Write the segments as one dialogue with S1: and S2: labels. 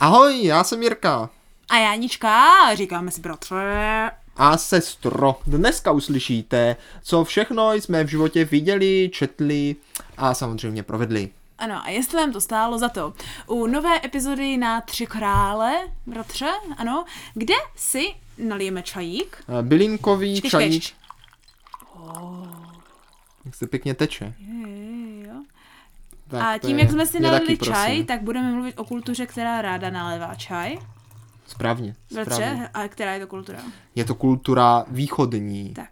S1: Ahoj, já jsem Jirka.
S2: A Jánička, říkáme si bratře.
S1: A sestro, dneska uslyšíte, co všechno jsme v životě viděli, četli a samozřejmě provedli.
S2: Ano, a jestli vám to stálo za to, u nové epizody na Tři krále, bratře, ano, kde si nalijeme čajík?
S1: Eh, Bylinkový
S2: Čtyř
S1: čajík,
S2: kečč.
S1: jak se pěkně teče.
S2: Jej, jo.
S1: Tak
S2: A
S1: to
S2: tím,
S1: je-
S2: jak jsme si
S1: je
S2: nalili
S1: taky, prosím.
S2: čaj, tak budeme mluvit o kultuře, která ráda nalévá čaj.
S1: Správně, správně.
S2: Bratře, a která je to kultura?
S1: Je to kultura východní.
S2: Tak.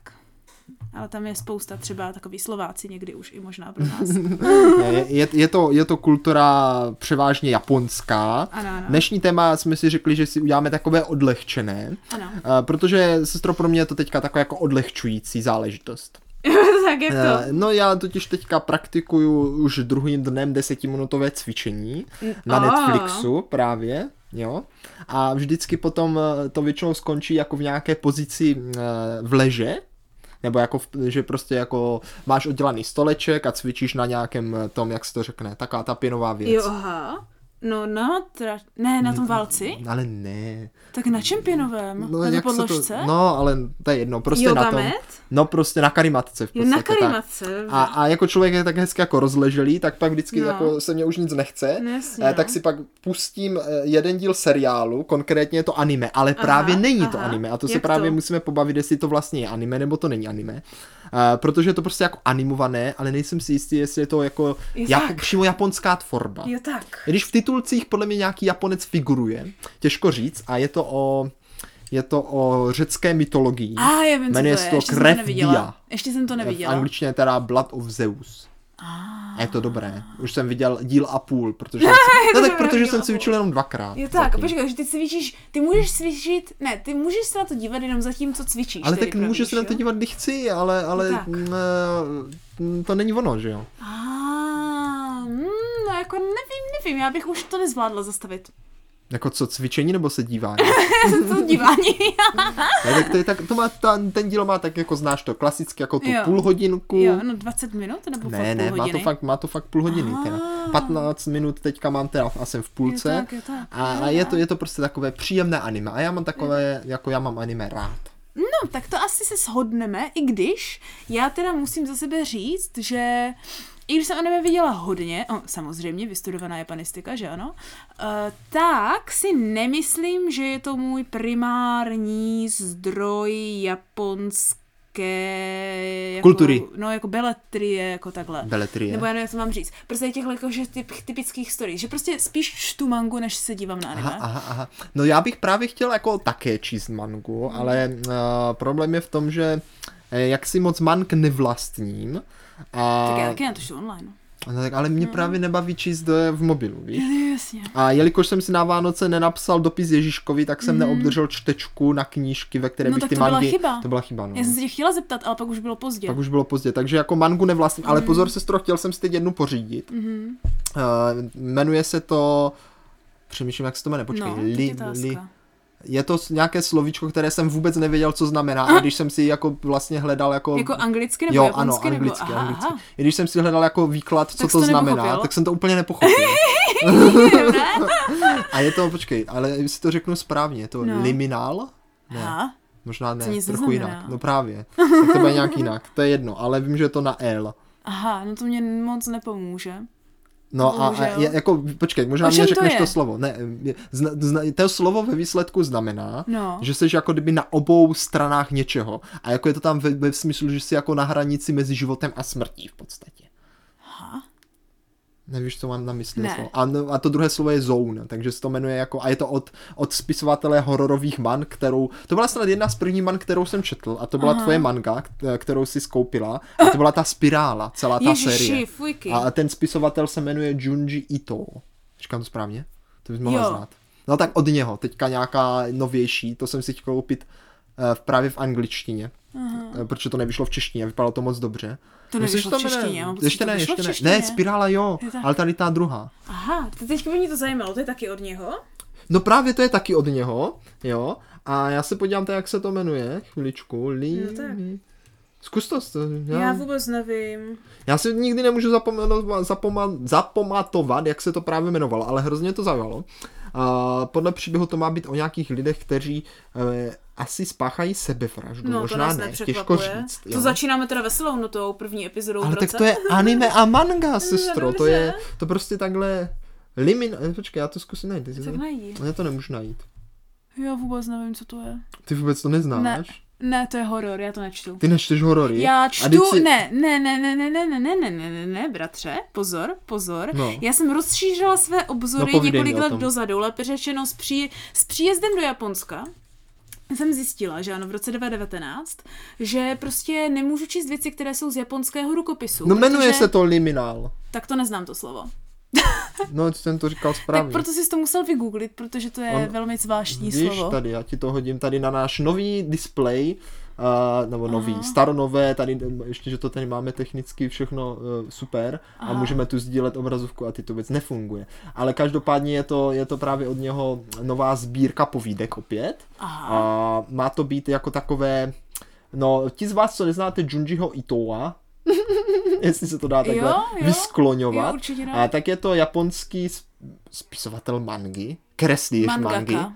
S2: Ale tam je spousta třeba takový Slováci někdy už i možná pro nás.
S1: Eh, Je, je, je, to, je to kultura převážně japonská.
S2: Ano, ano.
S1: Dnešní téma jsme si řekli, že si uděláme takové odlehčené,
S2: Ano.
S1: eh, protože sestro pro mě je to teďka takové jako odlehčující záležitost.
S2: tak jak to?
S1: Eh, No já totiž teďka praktikuju už druhým dnem desetiminutové cvičení na
S2: Mm, a.
S1: Netflixu právě, jo. A vždycky potom eh, to většinou skončí jako v nějaké pozici eh, v leže, nebo jako, v, že prostě jako máš oddělaný stoleček a cvičíš na nějakém eh, tom, jak se to řekne, taká ta pěnová věc.
S2: Jo, aha. No, na tra... Ne, na tom válci?
S1: Ale ne.
S2: Tak na čempionovém? No, na
S1: jak se
S2: podložce?
S1: To, no, ale to je jedno, prostě na tom.
S2: Yogamat?
S1: No, prostě na karimatce v
S2: jo,
S1: podstatě.
S2: na
S1: tak.
S2: karimatce.
S1: A, a jako člověk je tak hezky jako rozleželý, tak pak vždycky no.
S2: No.
S1: jako se mě už nic nechce,
S2: No, jasně,
S1: eh,
S2: no.
S1: tak si pak pustím eh, jeden díl seriálu, konkrétně je to anime, ale
S2: Aha,
S1: právě není to
S2: aha.
S1: anime a to se
S2: Jak
S1: právě
S2: to?
S1: musíme pobavit, jestli to vlastně je anime nebo to není anime, Eh, protože je to prostě jako animované, ale nejsem si jistý, jestli je to jako
S2: Je
S1: jak,
S2: tak.
S1: přímo japonská tvorba.
S2: Jo, tak.
S1: I Když v titulcích podle mě nějaký Japonec figuruje, těžko říct, a je to o, je to o řecké mytologii.
S2: A já vím, co to
S1: Jmenuje
S2: je.
S1: se to
S2: Ještě jsem to
S1: krev
S2: neviděla.
S1: dia.
S2: Ještě jsem to
S1: v
S2: neviděla.
S1: angličtině teda Blood of Zeus.
S2: Ah.
S1: A je to dobré. Už jsem viděl díl a půl, protože jsem, no,
S2: to
S1: tak
S2: dobré,
S1: protože
S2: díl
S1: jsem
S2: a
S1: si
S2: půl.
S1: učil jenom dvakrát.
S2: Jo tak, a
S1: zatím.
S2: počkej, že ty cvičíš, ty můžeš cvičit, ne, ty můžeš se na to dívat jenom zatím, co cvičíš.
S1: Ale
S2: tedy
S1: tak můžu
S2: pravíš,
S1: se na to
S2: jo? No
S1: dívat, kdy chci, ale, ale
S2: tak.
S1: m, eh, to není ono, že jo?
S2: Ah, mm, no jako nevím, nevím, já bych už to nezvládla zastavit.
S1: Jako co, cvičení nebo se dívání?
S2: to dívání.
S1: Ne, tak to, je tak, to má, ta, ten díl má tak jako, znáš to, klasicky jako tu
S2: Jo.
S1: půl hodinku.
S2: jo, no 20 minut nebo fakt
S1: Ne,
S2: půl
S1: ne, má to,
S2: hodiny?
S1: fakt, má to fakt půl hodiny. Teda.
S2: Ah.
S1: 15 minut teďka mám teda a jsem v půlce.
S2: Jo tak, jo tak.
S1: A, a je, to, je to prostě takové příjemné anime. A já mám takové, jako já mám anime rád.
S2: No, tak to asi se shodneme, i když já teda musím za sebe říct, že i když jsem anime viděla hodně, o, samozřejmě vystudovaná japanistika, že ano, uh, tak si nemyslím, že je to můj primární zdroj japonské... Jako,
S1: Kultury.
S2: No, jako beletrie, jako takhle.
S1: Beletrie.
S2: Nebo já nevím, co mám říct. Prostě těchhle jako, že typ, typických story. Že prostě spíš čtu mangu, než se dívám na anime.
S1: Aha, aha, aha. No já bych právě chtěl jako také číst mangu,
S2: Mhm.
S1: ale uh, problém je v tom, že eh, jak si moc mang nevlastním. A,
S2: Tak já taky Mhm. na to čtu online.
S1: no, tak, ale mě právě nebaví číst eh, v mobilu, víš?
S2: Jasně.
S1: A jelikož jsem si na Vánoce nenapsal dopis Ježíškovi, tak jsem neobdržel čtečku na knížky, ve které
S2: Hmm. No,
S1: bych
S2: tak
S1: ty
S2: to byla
S1: mangy...
S2: chyba.
S1: To byla chyba, no.
S2: Já jsem se tě chtěla zeptat, ale pak už bylo pozdě.
S1: Pak už bylo pozdě, takže jako mangu nevlastním, ale pozor sestro, chtěl jsem si teď jednu pořídit.
S2: Hmm. Mhm.
S1: Uh, jmenuje se to, přemýšlím, jak se to jmenuje, počkej,
S2: No,
S1: li,
S2: teď
S1: li,
S2: otázka.
S1: je to s- nějaké slovíčko, které jsem vůbec nevěděl, co znamená, a když jsem si jako vlastně hledal jako...
S2: Jako anglicky nebo
S1: jo, ano,
S2: japonsky?
S1: anglicky,
S2: nebo... Aha,
S1: anglicky.
S2: aha.
S1: I když jsem si hledal jako výklad, co
S2: Tak jsi
S1: to
S2: to
S1: znamená,
S2: nepochopil?
S1: tak jsem to úplně nepochopil. No.
S2: Ne?
S1: a je to, počkej, ale jestli to řeknu správně, je to
S2: No.
S1: liminál?
S2: Aha.
S1: Možná ne,
S2: To nic
S1: trochu
S2: neznamená.
S1: jinak. No právě, tak to bude nějak jinak, to je jedno, ale vím, že je to na L.
S2: Aha, no to mě moc nepomůže.
S1: No a, a
S2: Bohužel.
S1: je, jako, počkej, možná
S2: O čem
S1: mě
S2: to
S1: řekneš to,
S2: je?
S1: slovo. Ne, je- zna, zna, to slovo ve výsledku znamená,
S2: No.
S1: že jsi jako kdyby na obou stranách něčeho. A jako je to tam ve, ve smyslu, že jsi jako na hranici mezi životem a smrtí v podstatě.
S2: Aha.
S1: Nevíš, co mám na mysli.
S2: Ne.
S1: slovo. A, no- a to druhé slovo je zone, takže se to jmenuje jako, a je to od, od spisovatele hororových man, kterou, to byla snad jedna z prvních man, kterou jsem četl, a to byla Aha.
S2: Aha.
S1: tvoje manga, k- kterou si skoupila, a to byla ta spirála, celá ta
S2: Ježiši,
S1: série.
S2: fujky.
S1: A ten spisovatel se jmenuje Junji Ito. Říkám to správně? To bys mohla
S2: Jo.
S1: znát. No tak od něho, teďka nějaká novější, to jsem si chtěl koupit eh, v- právě v angličtině. Eh, Protože to nevyšlo v češtině, vypadalo to moc dobře.
S2: To
S1: Myslím,
S2: nevyšlo
S1: že
S2: v
S1: jmenuje-
S2: češtině, mám pocit,
S1: Ještě
S2: to
S1: ne,
S2: vyšlo v
S1: ještě ne. Ne,
S2: češtině.
S1: spirála jo,
S2: Je tak.
S1: ale tady ta druhá.
S2: Aha, to teďka by mě to zajímalo, to je taky od něho?
S1: No právě to je taky od něho, jo. A já se podívám, tak, jak se to jmenuje. Chviličku. Li...
S2: No tak.
S1: Zkus to. s-
S2: Já,
S1: Já,
S2: vůbec nevím.
S1: já si nikdy nemůžu zapomenout, zapoma, zapamatovat, jak se to právě jmenovalo, ale hrozně to zaujalo. A podle příběhu to má být o nějakých lidech, kteří eh, asi spáchají sebevraždu,
S2: No, to
S1: možná
S2: nás
S1: ne, těžko
S2: nepřekvapuje.
S1: říct.
S2: to
S1: jo.
S2: začínáme teda veselou notou, první epizodou v
S1: Ale tak
S2: roce.
S1: to je anime a manga, sestro, to je,
S2: dobře.
S1: to prostě takhle limin, eh, počkej, já to zkusím najít, ty si
S2: Tak
S1: to-
S2: najdi.
S1: já to nemůžu najít.
S2: Já vůbec nevím, co to je.
S1: Ty vůbec to neznáš?
S2: Ne, to je horor, já to nečtu.
S1: Ty nečteš horory?
S2: Já
S1: A vždyť
S2: čtu,
S1: si-
S2: ne, ne, ne, ne, ne, ne, ne, ne, ne, ne, ne, ne, bratře, pozor, pozor.
S1: No.
S2: Já jsem rozšířila své
S1: No,
S2: obzory
S1: povídej mi
S2: několik
S1: o
S2: let
S1: tom.
S2: dozadu, lépe řečeno s, při, s příjezdem do Japonska jsem zjistila, že ano, v roce 2019, že prostě nemůžu číst věci, které jsou z japonského rukopisu.
S1: No jmenuje
S2: protože-
S1: se to liminál.
S2: Tak to neznám to slovo.
S1: No, jsem to říkal
S2: Tak
S1: správně.
S2: proto jsi to musel vygooglit, protože to je
S1: On-
S2: velmi zvláštní
S1: Víš,
S2: slovo.
S1: tady, já ti to hodím tady na náš nový display, uh, nebo nový,
S2: Aha.
S1: staronové, tady ještě, že to tady máme technicky všechno uh, super a
S2: Aha.
S1: můžeme tu sdílet obrazovku a ty to vůbec nefunguje. Ale každopádně je to, je to právě od něho nová sbírka povídek opět
S2: Aha.
S1: a má to být jako takové, no ti z vás, co neznáte Junjiho Itoa, jestli se to dá takhle
S2: Jo, jo.
S1: vyskloňovat,
S2: Jo, určitě dá.
S1: a tak je to japonský sp- spisovatel mangy, kreslíř
S2: Mangaka.
S1: mangy,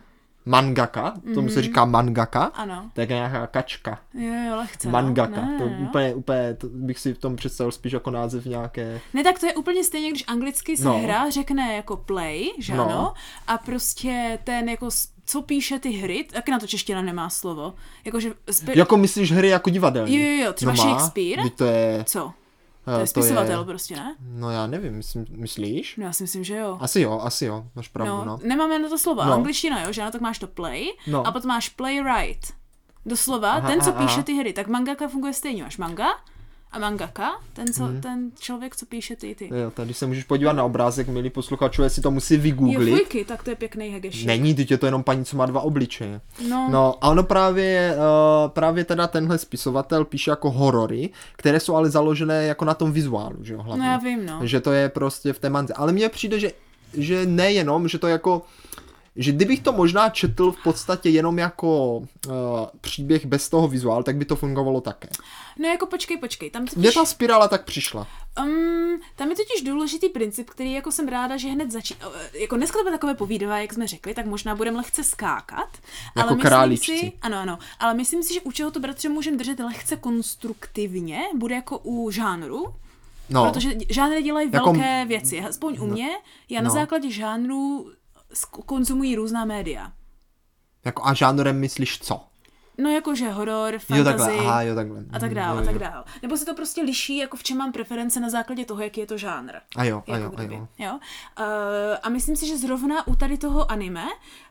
S1: mangaka, tomu
S2: Mhm.
S1: se říká mangaka,
S2: Ano.
S1: to je nějaká kačka,
S2: Jo, jo, lehce.
S1: mangaka,
S2: No. Ne,
S1: to
S2: jo.
S1: úplně, úplně, to bych si v tom představil spíš jako název nějaké,
S2: Ne, tak to je úplně stejně, když anglicky se
S1: No.
S2: no. hra řekne jako play, že
S1: No.
S2: no. ano? A prostě ten jako, s- co píše ty hry, taky na to čeština nemá slovo. Jakože... Spe...
S1: jako myslíš hry jako divadelní?
S2: Jo, jo, jo, třeba
S1: no má,
S2: Shakespeare?
S1: vždyť to je,
S2: Co?
S1: eh,
S2: To je spisovatel prostě, ne?
S1: no já nevím, myslím, myslíš?
S2: No já si myslím, že jo.
S1: Asi jo, asi jo, máš pravdu,
S2: No,
S1: no.
S2: nemáme na to slova.
S1: No.
S2: No. Angličtina, jo, že ano, tak máš to play
S1: No.
S2: no. a potom máš playwright. Doslova,
S1: Aha,
S2: aha, ten, co
S1: aha, aha.
S2: píše ty hry. Tak mangaka funguje stejně. Máš manga a mangaka, ten, co, hmm. ten člověk, co píše ty ty.
S1: Jo, tady se můžeš podívat na obrázek, milí posluchačů, jestli to musí
S2: Jo,
S1: vygooglit.
S2: fujky, tak to je pěkný hegeši.
S1: Není, teď je to jenom paní, co má dva obličeje.
S2: No, no,
S1: No a ono právě, eh, právě teda tenhle spisovatel píše jako horory, které jsou ale založené jako na tom vizuálu, že jo, hlavně.
S2: no já vím, no.
S1: Že to je prostě v té manze. Ale mně přijde, že, že nejenom, že to jako že kdybych to možná četl v podstatě jenom jako uh, příběh bez toho vizuálu, tak by to fungovalo také.
S2: No jako počkej, počkej, tam
S1: Mně
S2: totiž,
S1: ta spirála tak přišla.
S2: um, tam je totiž důležitý princip, který jako jsem ráda, že hned začí... eh, Jako dneska to bude takové povídavá, jak jsme řekli, tak možná budeme lehce skákat.
S1: Jako
S2: myslím
S1: králičci.
S2: Si, ano, ano, ale myslím si, že u čeho to bratře můžeme držet lehce konstruktivně, bude jako u žánru,
S1: No,
S2: Protože d- žánry dělají
S1: Jako-
S2: jako... velké věci. Aspoň u mě, já na
S1: No.
S2: základě žánrů sk- konzumuji různá média.
S1: jako a žánrem myslíš co?
S2: No jakože horor,
S1: Jo
S2: fantasy,
S1: takhle, aha, jo takhle.
S2: a tak dál,
S1: Jo,
S2: a
S1: jo.
S2: tak dál. Nebo se to prostě liší, jako v čem mám preference na základě toho, jaký je to žánr.
S1: A jo, a
S2: Jako
S1: jo, a
S2: kdyby,
S1: jo.
S2: jo. Uh, a myslím si, že zrovna u tady toho anime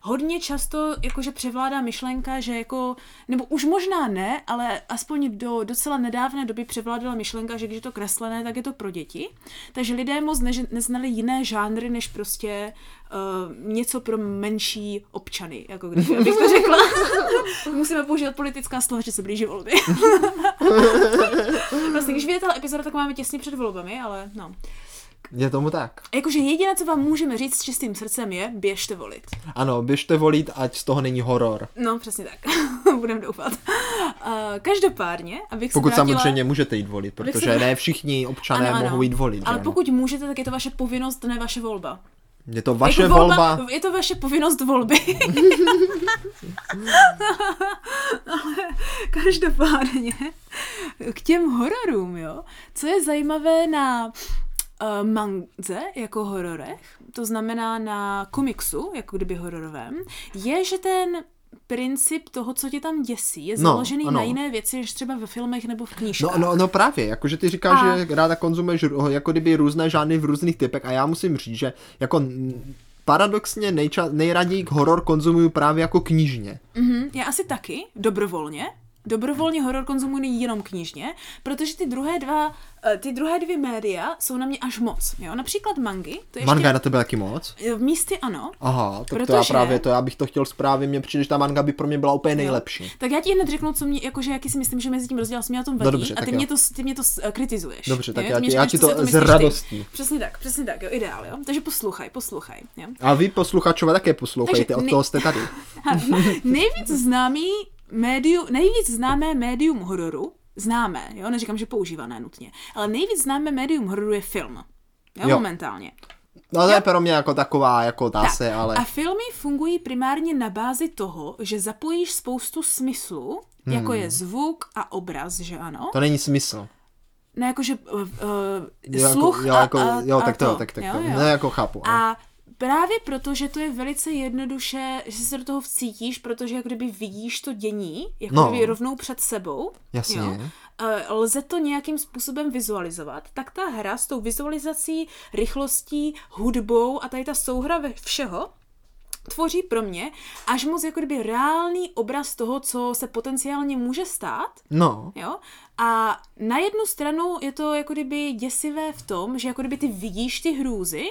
S2: hodně často jakože převládá myšlenka, že jako, nebo už možná ne, ale aspoň do docela nedávné doby převládala myšlenka, že když je to kreslené, tak je to pro děti. Takže lidé moc než, neznali jiné žánry, než prostě uh, něco pro menší občany, jako když abych to řekla. Musíme používat politická slova, že se blíží volby. vlastně, když vyjde tahle epizoda, tak máme těsně před volbami, ale no.
S1: Je tomu tak.
S2: Jakože jediné, co vám můžeme říct s čistým srdcem je, běžte volit.
S1: Ano, běžte volit, ať z toho není horor.
S2: No, přesně tak. Budeme doufat. Uh, každopádně, abych
S1: Pokud
S2: se vrátila...
S1: samozřejmě můžete jít volit,
S2: Abych se
S1: protože
S2: vrátila-
S1: ne všichni občané
S2: Ano, ano.
S1: mohou jít volit. že
S2: Ale
S1: ano?
S2: pokud můžete, tak je to vaše povinnost, ne vaše volba.
S1: Je to vaše
S2: jako
S1: volba.
S2: Je to vaše povinnost volby. Ale každopádně k těm hororům, jo. Co je zajímavé na uh, mangze jako hororech, to znamená na komiksu, jako kdyby hororovém, je, že ten princip toho, co tě tam děsí, je
S1: No,
S2: založený
S1: ano.
S2: na jiné věci, než třeba ve filmech nebo v knížkách.
S1: No, no, no právě, jakože ty říkáš,
S2: A-
S1: že ráda konzumuješ ru- jako kdyby různé žánry v různých typech a já musím říct, že jako mm, paradoxně nejča- nejraději horor konzumuju právě jako knižně.
S2: Mhm, já asi taky, dobrovolně. Dobrovolně horor konzumuji jenom knižně, protože ty druhé, dva, eh, ty druhé dvě média jsou na mě až moc. Jo? Například mangy, to ještě...
S1: Manga je na tebe taky moc?
S2: V místy ano.
S1: Aha, tak to já
S2: Protože-
S1: právě to, já bych to chtěl správně, mě přijde, že ta manga by pro mě byla úplně nejlepší.
S2: Tak já ti hned řeknu, co mě, jakože, jaký si myslím, že mezi tím rozdíl, co mě na tom vadí,
S1: No dobře,
S2: a
S1: tak
S2: ty
S1: jo.
S2: mě, to, ty mě to eh, kritizuješ.
S1: Dobře, tak
S2: jo?
S1: já
S2: Ty mě
S1: ti- já
S2: říkáš,
S1: ti
S2: co si
S1: to
S2: o tom
S1: s
S2: myslíš ty.
S1: radostí.
S2: Přesně tak, přesně tak, jo, ideál, jo. Takže poslouchaj, poslouchaj. Jo?
S1: A vy posluchačové také poslouchejte,
S2: Takže
S1: od
S2: ne-
S1: toho jste tady.
S2: Ano. nejvíc známý médium, nejvíc známé médium hororu, známé, jo, neříkám, že používané nutně, ale nejvíc známé médium hororu je film. Jo,
S1: Jo.
S2: jo. momentálně.
S1: No to je
S2: Jo.
S1: pro mě jako taková, jako dá se, ale...
S2: A filmy fungují primárně na bázi toho, že zapojíš spoustu smyslů, jako je zvuk a obraz, že ano?
S1: Hmm. To není smysl.
S2: No jakože uh,
S1: Jo,
S2: uh,
S1: jako-
S2: sluch
S1: jo,
S2: a,
S1: jako,
S2: a,
S1: jo,
S2: a
S1: tak
S2: to,
S1: to, tak, tak
S2: jo,
S1: to.
S2: jo.
S1: Ne, jako chápu. ano.
S2: A právě proto, že to je velice jednoduše, že se do toho vcítíš, protože jak kdyby vidíš to dění, jako
S1: No.
S2: no. kdyby rovnou před sebou.
S1: Jasně.
S2: Eh, Lze to nějakým způsobem vizualizovat, tak ta hra s tou vizualizací, rychlostí, hudbou a tady ta souhra ve všeho tvoří pro mě až moc jako kdyby reálný obraz toho, co se potenciálně může stát,
S1: No,
S2: Jo? A na jednu stranu je to jako kdyby děsivé v tom, že jako kdyby ty vidíš ty hrůzy,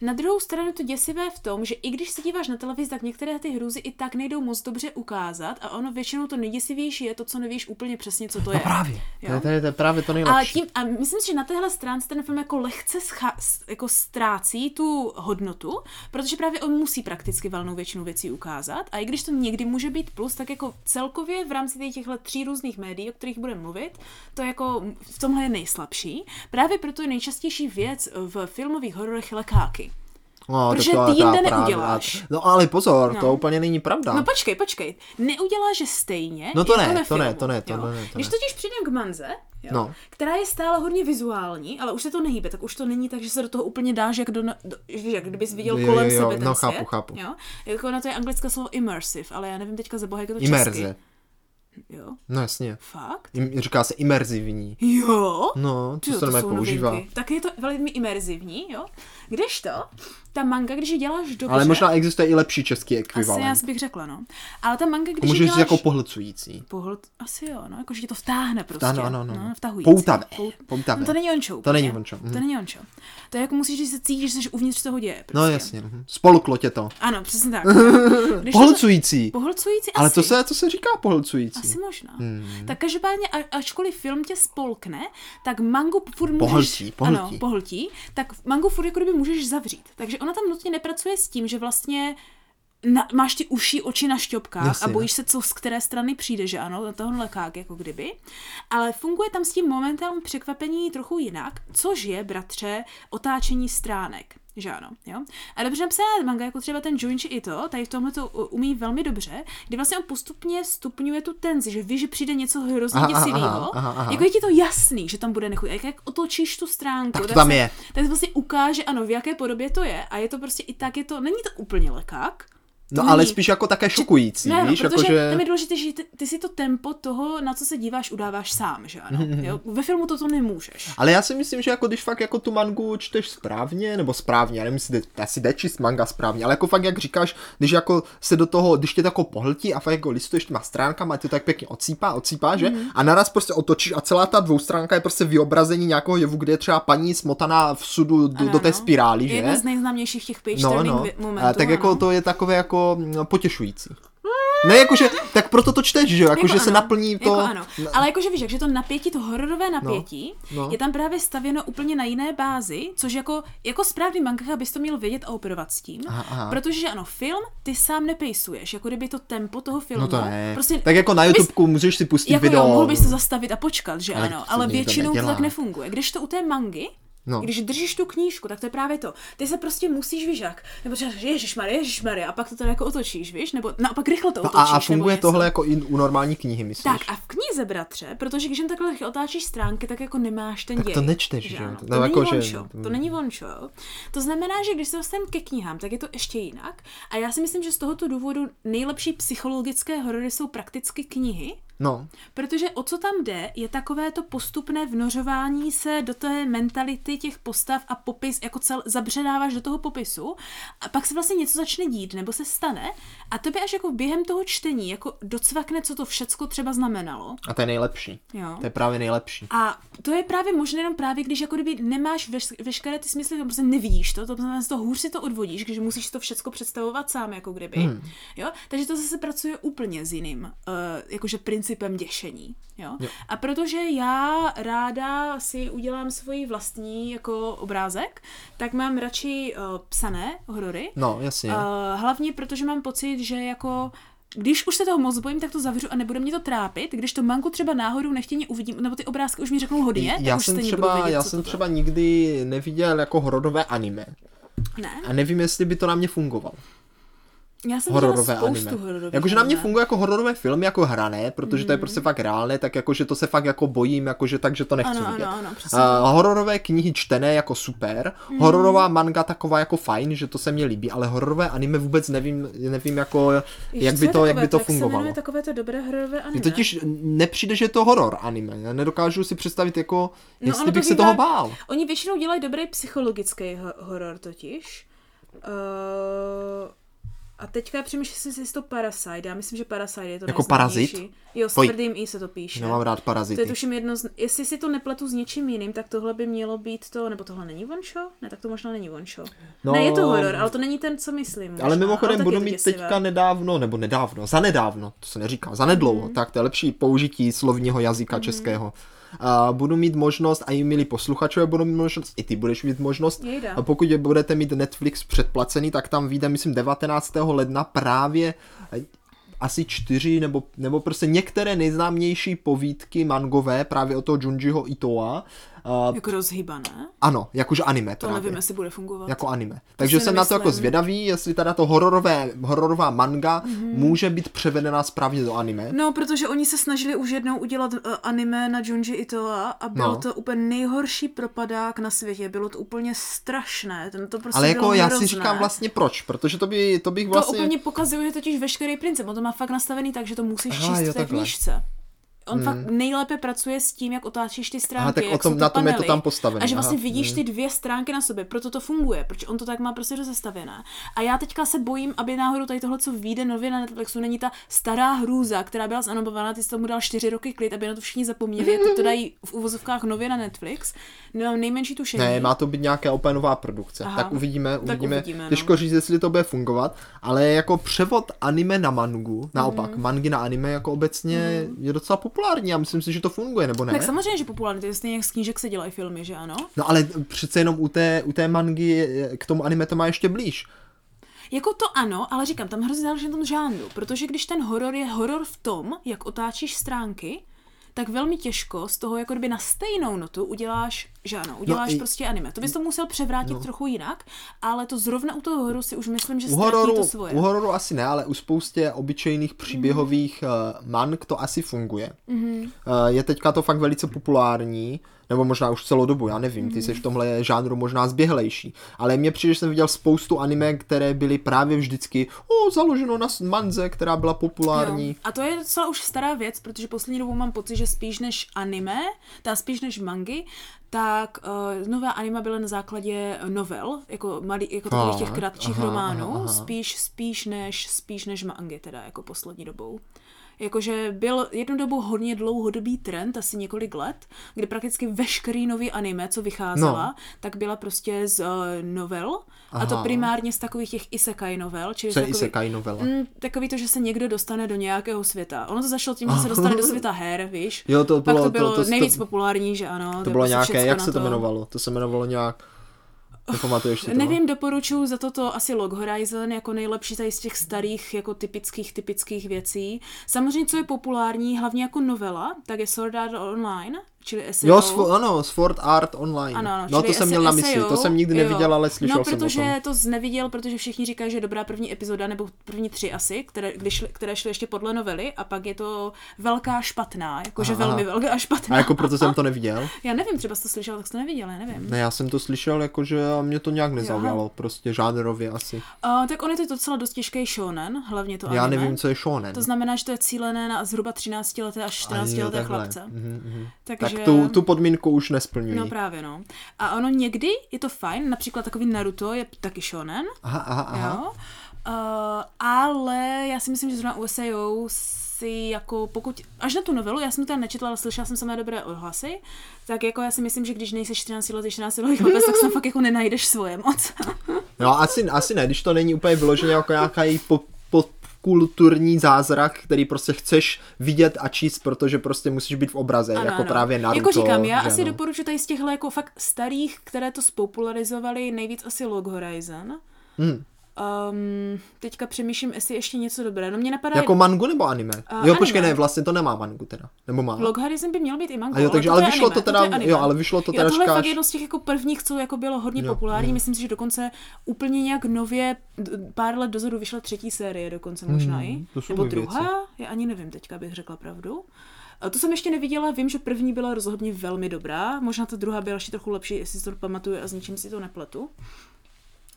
S2: na druhou stranu je to děsivé v tom, že i když se díváš na televizi, tak některé ty hrůzy i tak nejdou moc dobře ukázat a ono většinou to nejděsivější je to, co nevíš úplně přesně, co to je.
S1: No právě. To je,
S2: Jo.
S1: to, je, to je právě to
S2: Ale
S1: nejlepší.
S2: tím, a myslím si, že na téhle stránce ten film jako lehce scha- s- jako ztrácí tu hodnotu, protože právě on musí prakticky valnou většinu věcí ukázat. A i když to někdy může být plus, tak jako celkově v rámci těch- těchhle tří různých médií, o kterých budeme mluvit, to jako v tomhle je nejslabší. Právě proto je nejčastější věc v filmových hororech lekáky.
S1: No, tak
S2: protože
S1: to-
S2: ty
S1: to
S2: jinde
S1: je právě-
S2: neuděláš.
S1: No ale pozor, to
S2: No.
S1: úplně není pravda.
S2: No počkej, počkej. Neuděláš je stejně.
S1: No to
S2: jako
S1: ne,
S2: ve
S1: to ne,
S2: filmu,
S1: to ne, to
S2: jo.
S1: ne, to ne.
S2: Když totiž přijdem k manze, jo,
S1: No.
S2: která je stále hodně vizuální, ale už se to nehýbe, tak už to není tak, že se do toho úplně dáš, jak, do, do, víš, jak kdybys viděl
S1: Jo,
S2: kolem
S1: jo, jo,
S2: sebe ten
S1: no,
S2: svět.
S1: chápu, chápu.
S2: Jo? Jako na to je anglické slovo immersive, ale já nevím teďka za boha, jak je to
S1: Imerze.
S2: česky. Jo,
S1: No jasně.
S2: fakt?
S1: Im, říká se imerzivní.
S2: Jo?
S1: No, to
S2: Jo,
S1: se to
S2: jsou
S1: používá.
S2: novinky. Tak je to velmi imerzivní, jo? Kdežto, ta manga, když ji děláš dobře,
S1: Ale možná existuje i lepší český
S2: asi já
S1: ekvivalent.
S2: bych řekla, no. Ale ta manga, když ji
S1: Můžeš
S2: děláš...
S1: říct jako pohlcující.
S2: Pohled, asi jo, no, jakože ti to vtáhne prostě.
S1: Vtáhne, ano, ano, ano.
S2: no vtahující.
S1: Poutavé,
S2: Pout-
S1: poutavé.
S2: No, to není ončo.
S1: To není
S2: úplně.
S1: ončo, mhm.
S2: To není ončo. To je jako musíš, že se cítíš, že jsi uvnitř toho děje. Prostě.
S1: No jasně. mhm. Spoluklotě to.
S2: Ano, přesně tak. Když to-
S1: Pohlcující.
S2: Pohlcující
S1: Ale
S2: asi.
S1: to se, Mhm. to se říká pohlcující.
S2: Asi možná. Tak každopádně, a- ačkoliv film tě spolkne, tak mangu furt můžeš...
S1: Pohltí, pohltí.
S2: Ano, pohltí. Tak mangu furt jako kdyby můžeš zavřít. Takže ona tam nutně nepracuje s tím, že vlastně na, máš ty uší oči na šťopkách
S1: Jasně,
S2: a
S1: no.
S2: bojíš se, co z které strany přijde, že ano, na tohle kák jako kdyby. Ale funguje tam s tím momentem překvapení trochu jinak, což je, bratře, otáčení stránek. Že ano, jo? A dobře napsaná manga, jako třeba ten Junichi Ito, tady v tomhle to uh, umí velmi dobře, kdy vlastně on postupně stupňuje tu tenzi, že víš, že přijde něco hrozně
S1: Aha, aha,
S2: děsivého,
S1: aha, aha.
S2: jako je ti to jasný, že tam bude nechuť. A Jak, jak otočíš tu stránku,
S1: Tak to tam
S2: se,
S1: je.
S2: tak se vlastně ukáže, ano, v jaké podobě to je. A je to prostě i tak, je to, není to úplně lekák. To
S1: No ale
S2: není-
S1: spíš jako také šokující,
S2: ne,
S1: víš,
S2: no, protože
S1: jakože...
S2: tam je důležité, že ty, ty si to tempo toho, na co se díváš, udáváš sám, že ano. Jo? Ve filmu to to nemůžeš.
S1: Ale já si myslím, že jako když fakt jako tu mangu čteš správně, nebo správně, já nevím, jestli jde- asi jde číst manga správně, ale jako fakt jak říkáš, když jako se do toho, když tě to jako pohltí a fakt jako listuješ těma stránkama, ty to tak pěkně odsýpá, odsýpá, že?
S2: Mhm.
S1: A naraz prostě otočíš a celá ta dvoustránka je prostě vyobrazení nějakého jevu, kde je třeba paní smotaná v sudu do,
S2: Ano,
S1: do té
S2: no.
S1: spirály,
S2: Je
S1: že?
S2: Jeden z nejznámějších těch page
S1: No,
S2: turning
S1: no.
S2: vi- momentů.
S1: A, tak jako
S2: ano.
S1: to je takové jako mm, potěšující. Ne, jakože, tak proto to čteš, že jo, jakože
S2: Jako
S1: se
S2: ano,
S1: naplní to...
S2: Jako ano. Ale jakože víš, že to napětí, to hororové napětí,
S1: no.
S2: no, no. je tam právě stavěno úplně na jiné bázi, což jako, jako správný mangaka bys to měl vědět a operovat s tím.
S1: Aha, aha.
S2: Protože ano, film ty sám nepejsuješ, jako kdyby to tempo toho filmu.
S1: No to ne.
S2: Prostě,
S1: tak jako na
S2: bys-
S1: YouTubeku můžeš si pustit
S2: jako
S1: video.
S2: jo, mohl bys to zastavit a počkat, že
S1: Ale
S2: ale
S1: to
S2: ano, ale
S1: nikdo
S2: většinou to
S1: nedělá.
S2: tak nefunguje. Když to u té mangy,
S1: No.
S2: No. Když držíš tu knížku, tak to je právě to. Ty se prostě musíš víš jak. Nebo třeba Ježíš Maria, Ježíš Maria, a pak to teda jako otočíš, víš? Nebo naopak rychle to
S1: No a,
S2: otočíš.
S1: a
S2: nebo
S1: funguje
S2: něco.
S1: tohle jako i u normální knihy, myslíš?
S2: Tak a v knize, bratře, protože když jen takhle rychle otáčíš stránky, tak jako nemáš ten
S1: Tak to
S2: děj.
S1: nečteš, že jo?
S2: ano.
S1: To
S2: To,
S1: tam
S2: není
S1: jako, že-
S2: jako, že... to není vončo. jo. To znamená, že když se dostaneme ke knihám, tak je to ještě jinak. A já si myslím, že z tohoto důvodu nejlepší psychologické horory jsou prakticky knihy,
S1: No,
S2: Protože o co tam jde, je takové to postupné vnořování se do té mentality těch postav a popis, jako cel, zabředáváš do toho popisu a pak se vlastně něco začne dít nebo se stane a tebe až jako během toho čtení jako docvakne, co to všecko třeba znamenalo.
S1: a to je nejlepší.
S2: Jo.
S1: To je právě nejlepší.
S2: A to je právě možné jenom právě, když jako kdyby nemáš veš, veškeré ty smysly, to prostě nevidíš to, to znamená, že to hůř si to odvodíš, když musíš to všechno představovat sám, jako kdyby. Hmm. Jo? Takže to zase pracuje úplně s jiným, uh, jakože principem děšení. Jo?
S1: Jo.
S2: Jo. A protože já ráda si udělám svůj vlastní jako obrázek, tak mám radši uh, psané horory,
S1: No, jasně.
S2: Uh, hlavně protože mám pocit, že jako když už se toho moc bojím, tak to zavřu a nebude mě to trápit. Když to manku třeba náhodou nechtěně uvidím, nebo ty obrázky už mi řeknou hodně,
S1: já
S2: tak už
S1: jsem
S2: stejně
S1: třeba,
S2: budu vědět,
S1: já
S2: co
S1: jsem
S2: to
S1: třeba nikdy neviděl jako hororové anime.
S2: Ne.
S1: A nevím, jestli by to na mě fungovalo.
S2: Já jsem
S1: Hororové
S2: viděla spoustu
S1: anime.
S2: hororových Mm.
S1: Jakože na mě
S2: anime.
S1: funguje jako hororové filmy, jako hrané, protože to je prostě fakt reálné, tak jakože to se fakt jako bojím, jakože takže to nechci
S2: Ano, ano,
S1: vidět.
S2: ano, přesně. Mm.
S1: Uh, hororové knihy čtené jako super, hororová manga taková jako fajn, že to se mně líbí, ale hororové anime vůbec nevím, nevím jako,
S2: Ještě
S1: jak by,
S2: co je
S1: to, jak by to
S2: tak se
S1: fungovalo.
S2: jmenuje takové to dobré hororové anime.
S1: Mně totiž nepřijde, že je to horor anime. Já nedokážu si představit jako,
S2: No,
S1: jestli
S2: ono to
S1: bych se
S2: bývá-
S1: toho bál.
S2: Oni většinou dělají dobrý psychologický ho- horor totiž. Uh, a teďka přemýšlím si, jestli je to Parasite. Já myslím, že Parasite je to
S1: Jako
S2: nejznámější.
S1: parazit? No,
S2: Jo, s
S1: Poj-
S2: tvrdým i se to píše.
S1: Nemám rád
S2: to je
S1: parazity.
S2: tuším jedno z... Jestli si to nepletu s něčím jiným, tak tohle by mělo být to... Nebo tohle není vonšo? Ne, tak to možná není vonšo.
S1: No,
S2: No, ne, je to horor, ale to není ten, co myslím. Možná.
S1: Ale mimochodem
S2: taky
S1: budu
S2: je to
S1: mít
S2: děsivé.
S1: teďka nedávno, nebo nedávno, zanedávno, to se neříká, zanedlouho,
S2: Mhm.
S1: tak to je lepší použití slovního jazyka českého. A budu mít možnost, a i milí posluchačové budou mít možnost, i ty budeš mít možnost,
S2: Jejda.
S1: a pokud je budete mít Netflix předplacený, tak tam vyjde, myslím, 19. ledna právě eh, asi čtyři nebo, nebo prostě některé nejznámější povídky mangové právě od toho Junjiho Itoa. A,
S2: Jako rozhybané?
S1: ano, jakože anime
S2: To
S1: právě.
S2: nevím, jestli bude fungovat.
S1: Jako anime. Takže
S2: si
S1: jsem na to jako
S2: nemyslím.
S1: zvědavý, jestli teda to hororové, hororová manga
S2: Mhm.
S1: mm-hmm. může být převedená správně do anime.
S2: No, protože oni se snažili už jednou udělat uh, anime na Junji Itoa a bylo
S1: No.
S2: no. to úplně nejhorší propadák na světě. Bylo to úplně strašné. Ten to prostě
S1: Ale jako
S2: bylo
S1: já
S2: hrozné.
S1: si říkám vlastně proč, protože to, by, to bych
S2: To
S1: vlastně...
S2: úplně pokazuje totiž veškerý princip. On to má fakt nastavený tak, že to musíš
S1: Aha,
S2: číst
S1: jo,
S2: v té
S1: takhle.
S2: knižce. On hmm. fakt nejlépe pracuje s tím, jak otáčíš ty stránky,
S1: Aha, tak o
S2: jak
S1: tom-
S2: jsou ty
S1: na tom je to
S2: panely,
S1: tam postavený,
S2: A že vlastně
S1: aha. hmm.
S2: vidíš ty dvě stránky na sobě, proto to funguje, protože on to tak má prostě rozestavené. A já teďka se bojím, aby náhodou tady tohle, co vyjde nově na Netflixu, není ta stará hrůza, která byla zanobována, ty jsi tomu dal čtyři roky klid, aby na to všichni zapomněli, a teď to dají v uvozovkách nově na Netflix. Nemám nejmenší tušení.
S1: Ne, má to být nějaká úplně nová produkce. Aha.
S2: Aha.
S1: Tak uvidíme, uvidíme.
S2: uvidíme, no.
S1: Těžko říct, jestli to bude fungovat, ale jako převod anime na mangu,
S2: Mhm.
S1: naopak, mm. mangy na anime jako obecně je docela populární a myslím si, že to funguje, nebo ne?
S2: Tak samozřejmě, že populární, to je stejně jak z knížek se dělají filmy, že ano?
S1: No ale přece jenom u té, u té mangy je- k tomu anime to má ještě blíž.
S2: Jako to ano, ale říkám, tam hrozně záleží na tom žánru, protože když ten horor je horor v tom, jak otáčíš stránky, tak velmi těžko z toho jako kdyby na stejnou notu uděláš, že ano, uděláš
S1: i-
S2: no, prostě anime. To bys to musel převrátit no. trochu jinak, ale to zrovna u toho hororu si už myslím, že
S1: U
S2: ztratí
S1: hororu,
S2: to svoje. Mhm.
S1: u hororu asi ne, ale u spoustě obyčejných příběhových mm. mank to asi funguje.
S2: Mhm.
S1: Mm. Je teďka to fakt velice populární, nebo možná už celou dobu, já nevím,
S2: Mhm.
S1: ty jsi v tomhle žánru možná zběhlejší. Ale mně přijde, že jsem viděl spoustu anime, které byly právě vždycky o, založeno na s- manze, která byla populární.
S2: Jo. A to je docela už stará věc, protože poslední dobou mám pocit, že spíš než anime, ta spíš než mangy, tak uh, nová anima byla na základě novel, jako, malý, jako takových těch
S1: Tak,
S2: kratších
S1: aha,
S2: románů,
S1: aha,
S2: aha,
S1: aha.
S2: Spíš, spíš, než, spíš než mangy teda, jako poslední dobou. Jakože byl jednu dobu hodně dlouhodobý trend, asi několik let, kdy prakticky veškerý nový anime, co vycházela,
S1: No.
S2: no. tak byla prostě z uh, novel, a to
S1: Aha.
S2: primárně z takových těch isekai novel, čili
S1: Co je
S2: takový-
S1: isekai novela?
S2: Mm, takový to, že se někdo dostane do nějakého světa. Ono to začalo tím, že se dostane do světa her, víš?
S1: Jo, to bylo-
S2: Pak to
S1: to-
S2: bylo
S1: to- to-
S2: nejvíc populární, že ano.
S1: To bylo
S2: prostě
S1: nějaké,
S2: všecko
S1: jak
S2: na
S1: se to jmenovalo? To se jmenovalo nějak... Nepamatuješ si to?
S2: Nevím, doporučuji za toto asi Log Horizon jako nejlepší tady z těch starých, jako typických, typických věcí. Samozřejmě, co je populární, hlavně jako novela, tak je Sword Art Online, čili E SEO.
S1: Jo, sv- ano, Sword Art Online.
S2: Ano, ano,
S1: no to
S2: čili
S1: jsem měl na
S2: SEO,
S1: mysli, to jsem nikdy
S2: jo.
S1: neviděl, ale slyšel
S2: no,
S1: jsem o
S2: protože
S1: tom.
S2: to z- neviděl, protože všichni říkají, že je dobrá první epizoda, nebo první tři asi, které, když, šly- které šly ještě podle novely, a pak je to velká špatná, jakože
S1: Aha.
S2: velmi velká špatná.
S1: A jako proto jsem to neviděl.
S2: Já nevím, třeba jsi to slyšel, tak jsi to neviděl, já nevím.
S1: Ne, já jsem to slyšel, jakože a mě to nějak nezaujalo, prostě žánrově asi.
S2: Uh, tak on je to docela dost těžký shonen, hlavně to
S1: Já
S2: anime.
S1: nevím, co je shonen.
S2: To znamená, že to je cílené na zhruba 13 leté až 14
S1: Ani, jo,
S2: leté
S1: takhle.
S2: chlapce.
S1: Mhm, mhm. Tak
S2: Takže...
S1: tu, tu podmínku už nesplňují.
S2: No právě no. A ono někdy je to fajn, například takový Naruto je taky shonen,
S1: Aha, aha, aha.
S2: Jo? Uh, ale já si myslím, že zrovna USAO si jako pokud, až na tu novelu, já jsem to teda nečetla, ale slyšela jsem samé dobré odhlasy, tak jako já si myslím, že když nejseš 14 letý, 14 letý chlapec, tak se fakt jako nenajdeš svoje moc.
S1: No asi, asi ne, když to není úplně vyloženě jako nějaký po, po kulturní zázrak, který prostě chceš vidět a číst, protože prostě musíš být v obraze, jako právě Naruto.
S2: Jako říkám, já
S1: že
S2: asi
S1: ano.
S2: doporučuji tady z těchhle jako fakt starých, které to spopularizovaly, nejvíc asi Log Horizon.
S1: Hmm.
S2: Um, teďka přemýšlím, jestli ještě něco dobré. No mě napadá...
S1: Jako mangu nebo anime?
S2: Eh,
S1: Uh, jo,
S2: anime.
S1: počkej, ne, vlastně to nemá mangu teda. Nebo má.
S2: Logaritm by měl být i manga.
S1: A jo, takže, ale
S2: tohle je
S1: vyšlo
S2: anime,
S1: to teda,
S2: tohle je anime.
S1: jo, ale vyšlo to teda,
S2: jo, tohle je fakt
S1: říkáš,
S2: jedno z těch jako prvních, co jako bylo hodně
S1: Jo,
S2: populární.
S1: jo.
S2: Myslím si, že dokonce úplně nějak nově, d- pár let dozadu vyšla třetí série dokonce možná
S1: Hmm,
S2: i.
S1: to jsou
S2: Nebo
S1: moje věci.
S2: druhá, já ani nevím teďka, bych řekla pravdu. A To jsem ještě neviděla, vím, že první byla rozhodně velmi dobrá, možná ta druhá byla ještě trochu lepší, jestli si to pamatuju a s ničím si to nepletu.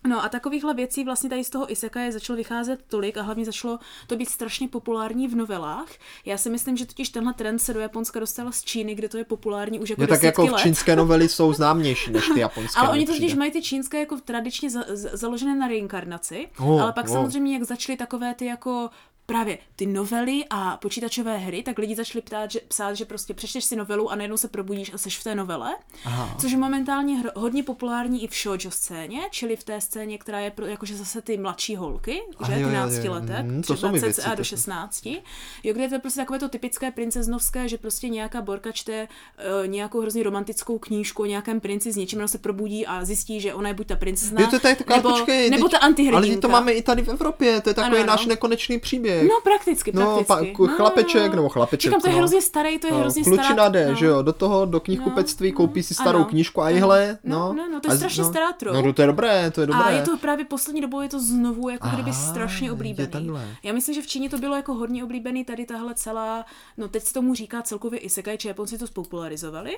S2: No a takovýchhle věcí vlastně tady z toho Isekaje začalo vycházet tolik a hlavně začalo to být strašně populární v novelách. Já si myslím, že totiž tenhle trend se do Japonska dostal z Číny, kde to je populární už jako
S1: jo, tak
S2: desítky
S1: jako v
S2: let.
S1: čínské novely jsou známější než ty japonské.
S2: Ale
S1: mně
S2: oni to totiž
S1: přijde.
S2: mají ty čínské jako tradičně za, za, založené na reinkarnaci,
S1: Oh,
S2: ale pak
S1: oh.
S2: samozřejmě jak začaly takové ty jako právě ty novely a počítačové hry, tak lidi začali ptát, že, psát, že prostě přečteš si novelu a najednou se probudíš a seš v té novele,
S1: Aha.
S2: což je momentálně hro, hodně populární i v shoujo scéně, čili v té scéně, která je pro, jakože zase ty mladší holky,
S1: A
S2: že
S1: jo, jo, jo,
S2: 13 letek,
S1: mhm, to jsou
S2: třeba
S1: mi věci,
S2: cca
S1: to
S2: do
S1: jsou-
S2: 16, jo, kde je to prostě takové to typické princeznovské, že prostě nějaká borka čte uh, nějakou hrozně romantickou knížku o nějakém princi s něčím, ona se probudí a zjistí, že ona je buď ta princezna,
S1: Jo, to je tady taková,
S2: No, nebo,
S1: počkej,
S2: nebo
S1: teď-
S2: ta
S1: Ale teď
S2: antihrdinka.
S1: to máme i tady v Evropě, to je takový
S2: Ano, ano.
S1: náš nekonečný příběh.
S2: No, prakticky,
S1: No,
S2: prakticky.
S1: pak chlapeček, nebo chlapeček,
S2: Říkám, to je
S1: no.
S2: hrozně starý, to je hrozně stará.
S1: Klučina jde,
S2: no. mm,
S1: že jo, do toho, do knihkupectví, koupí si starou
S2: ano,
S1: knížku a
S2: ano.
S1: jihle,
S2: No,
S1: no.
S2: no, no, to je
S1: A-
S2: strašně stará troub.
S1: No, to je dobré, to je dobré.
S2: A je to právě poslední dobou, je to znovu jako kdyby
S1: Aha,
S2: strašně
S1: je
S2: oblíbený.
S1: takhle.
S2: Já myslím, že v Číně to bylo jako hodně oblíbený tady tahle celá, no teď se tomu říká celkově isekai, či Japonci to spopularizovali.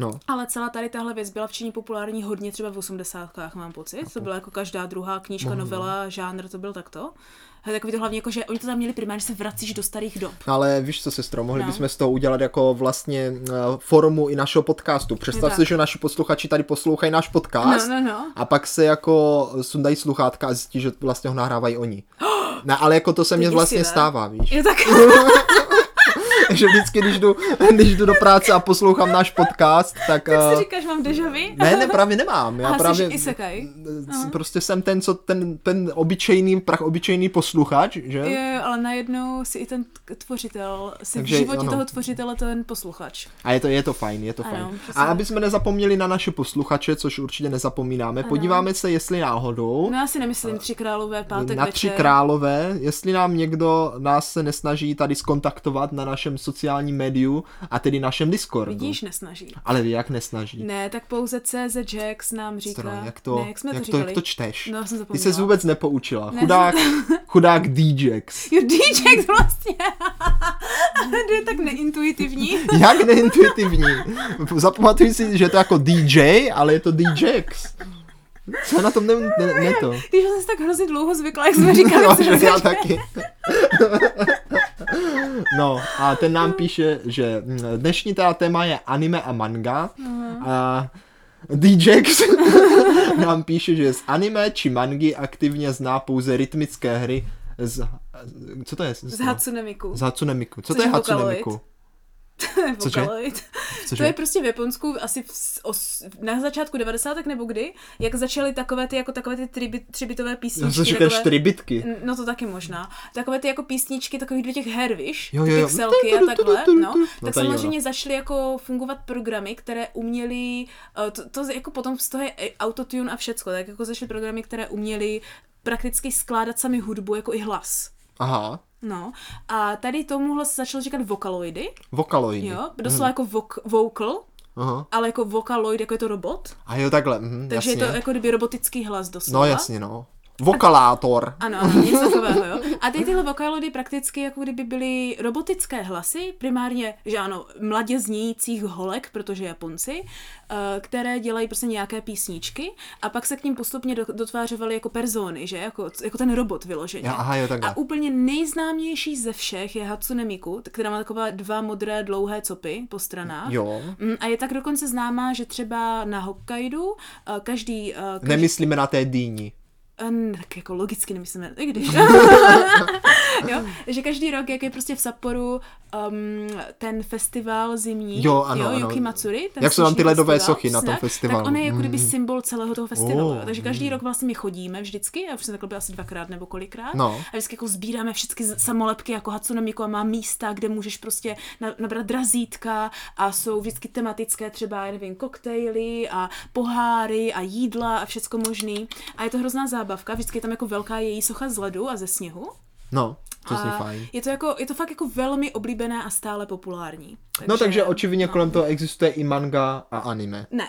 S1: No,
S2: Ale celá tady tahle věc byla v Číně populární hodně třeba v osmdesátkách, mám pocit. To byla jako každá druhá knížka, novela, žánr, to byl takto. A takový to hlavně jako, že oni to tam měli primárně, že se vracíš do starých dob.
S1: ale víš co, sestro, mohli
S2: No.
S1: bychom z toho udělat jako vlastně eh, formu i našeho podcastu. Představ
S2: tak.
S1: si, že naši posluchači tady poslouchají náš podcast.
S2: No, no, no.
S1: A pak se jako sundají sluchátka a zjistí, že vlastně ho nahrávají oni. No, ale jako to se mně
S2: děsivé.
S1: vlastně stává, víš.
S2: Je tak,
S1: že vždycky, když jdu, když jdu do práce a poslouchám náš podcast, tak...
S2: jak
S1: eh,
S2: si říkáš, mám deja vu?
S1: ne, ne, právě nemám. Já
S2: Aha, jsi
S1: právě...
S2: isekai.
S1: s- Prostě jsem ten, co ten, ten obyčejný, prach obyčejný posluchač, že?
S2: Jo, jo, ale najednou si i ten t- tvořitel, si
S1: Takže,
S2: v životě
S1: ano.
S2: toho tvořitele ten posluchač.
S1: A je to, je to fajn, je to
S2: Ano,
S1: fajn.
S2: přesně.
S1: A aby jsme nezapomněli na naše posluchače, což určitě nezapomínáme, podíváme se, jestli náhodou
S2: No já si nemyslím tři králové, pátek
S1: Eh, na
S2: večer.
S1: tři králové, jestli nám někdo nás se nesnaží tady skontaktovat na našem sociálním médiu a tedy našem Discordu.
S2: Vidíš, nesnaží.
S1: Ale vy jak nesnaží?
S2: Ne, tak pouze CZ Jax nám říká.
S1: Stro, jak to,
S2: ne, jak jsme
S1: jak
S2: to
S1: to,
S2: říkali.
S1: jak to čteš?
S2: No, já jsem
S1: Ty
S2: zapomněla.
S1: se vůbec nepoučila.
S2: Ne,
S1: Chudák, chudák DJX.
S2: Jo, DJ vlastně. to je tak neintuitivní.
S1: Jak neintuitivní. Zapamatuj si, že je to jako DJ, ale je to DJX. Co na tom ne, ne, ne to?
S2: Když jsem se tak hrozně dlouho zvykla, jak jsme říkali,
S1: no,
S2: co
S1: že já
S2: říkáš.
S1: taky. No a ten nám píše, že mm, dnešní teda téma je anime a manga
S2: No.
S1: a DJX nám píše, že z anime či mangy aktivně zná pouze rytmické hry z... Co to je? No,
S2: Z Hatsunemiku.
S1: Z Hatsune Miku. Co
S2: Což
S1: to je
S2: je
S1: Hatsune
S2: Vocaloid.
S1: Miku? cože?
S2: Vocaloid.
S1: Cože?
S2: To je prostě v Japonsku asi v, s- os, na začátku 90. nebo kdy, jak začaly takové ty, jako takové ty tribi, třibitové
S1: Já jsem
S2: písničky.
S1: říkal
S2: takové-
S1: čtyři bitky.
S2: N- No to taky možná. Takové ty jako písničky takových dvě těch her, víš?
S1: Jo,
S2: Ty
S1: jo, jo.
S2: pixelky a takhle, no.
S1: No
S2: Tak
S1: to je
S2: samozřejmě začaly jako fungovat programy, které uměly, eh, to, to jako potom z toho je i autotune a všecko, tak jako začaly programy, které uměly prakticky skládat sami hudbu, jako i hlas.
S1: Aha,
S2: No. A tady tomuhle se začalo říkat vokaloidy,
S1: vokaloidy.
S2: jo? Doslova jako vok, vocal,
S1: Aha.
S2: ale jako vokaloid, jako je to robot.
S1: A jo, takhle, mhm,
S2: Takže
S1: jasně.
S2: je to jako kdyby robotický hlas doslova.
S1: No jasně, no. Vokalátor.
S2: Ano, ano, něco takového, jo. A teď tyhle vokalody prakticky jako kdyby byly robotické hlasy, primárně, že ano, mladě znějících holek, protože Japonci, eh, které dělají prostě nějaké písničky a pak se k ním postupně do- dotvářovaly jako persony, že jako, jako ten robot vyloženě.
S1: Jo, aha, jo, takhle.
S2: a úplně nejznámější ze všech je Hatsune Miku, t- která má taková dva modré dlouhé copy po stranách.
S1: Jo.
S2: Mm, A je tak dokonce známá, že třeba na Hokkaidu eh, každý... eh, každý
S1: Nemyslíme na té dýni.
S2: Em, tak jako logicky nemyslíme, i když. jo? Že každý rok, jak je prostě v Sapporu um, ten festival zimní,
S1: Jo, ano,
S2: jo
S1: ano.
S2: Yuki Matsuri, ten
S1: Jak jsou tam ty
S2: sněžný
S1: ledové
S2: festival,
S1: sochy na tom
S2: snah,
S1: festivalu.
S2: Tak on je jako kdyby
S1: Mm.
S2: symbol celého toho festivalu.
S1: Oh,
S2: jo. Takže každý rok vlastně my chodíme vždycky, já už jsem takhle byla asi dvakrát nebo kolikrát.
S1: No.
S2: A vždycky jako sbíráme všechny samolepky jako Hatsunomiku a má místa, kde můžeš prostě na- nabrat razítka a jsou vždycky tematické třeba, já nevím, koktejly a poháry a jídla a všecko možný. A je to hrozná zábavka, vždycky je tam jako velká její socha z ledu a ze sněhu.
S1: No, to zní
S2: a
S1: fajn.
S2: je to, jako, je to fakt jako velmi oblíbené a stále populární.
S1: No takže očividně kolem toho existuje i manga a anime.
S2: Ne.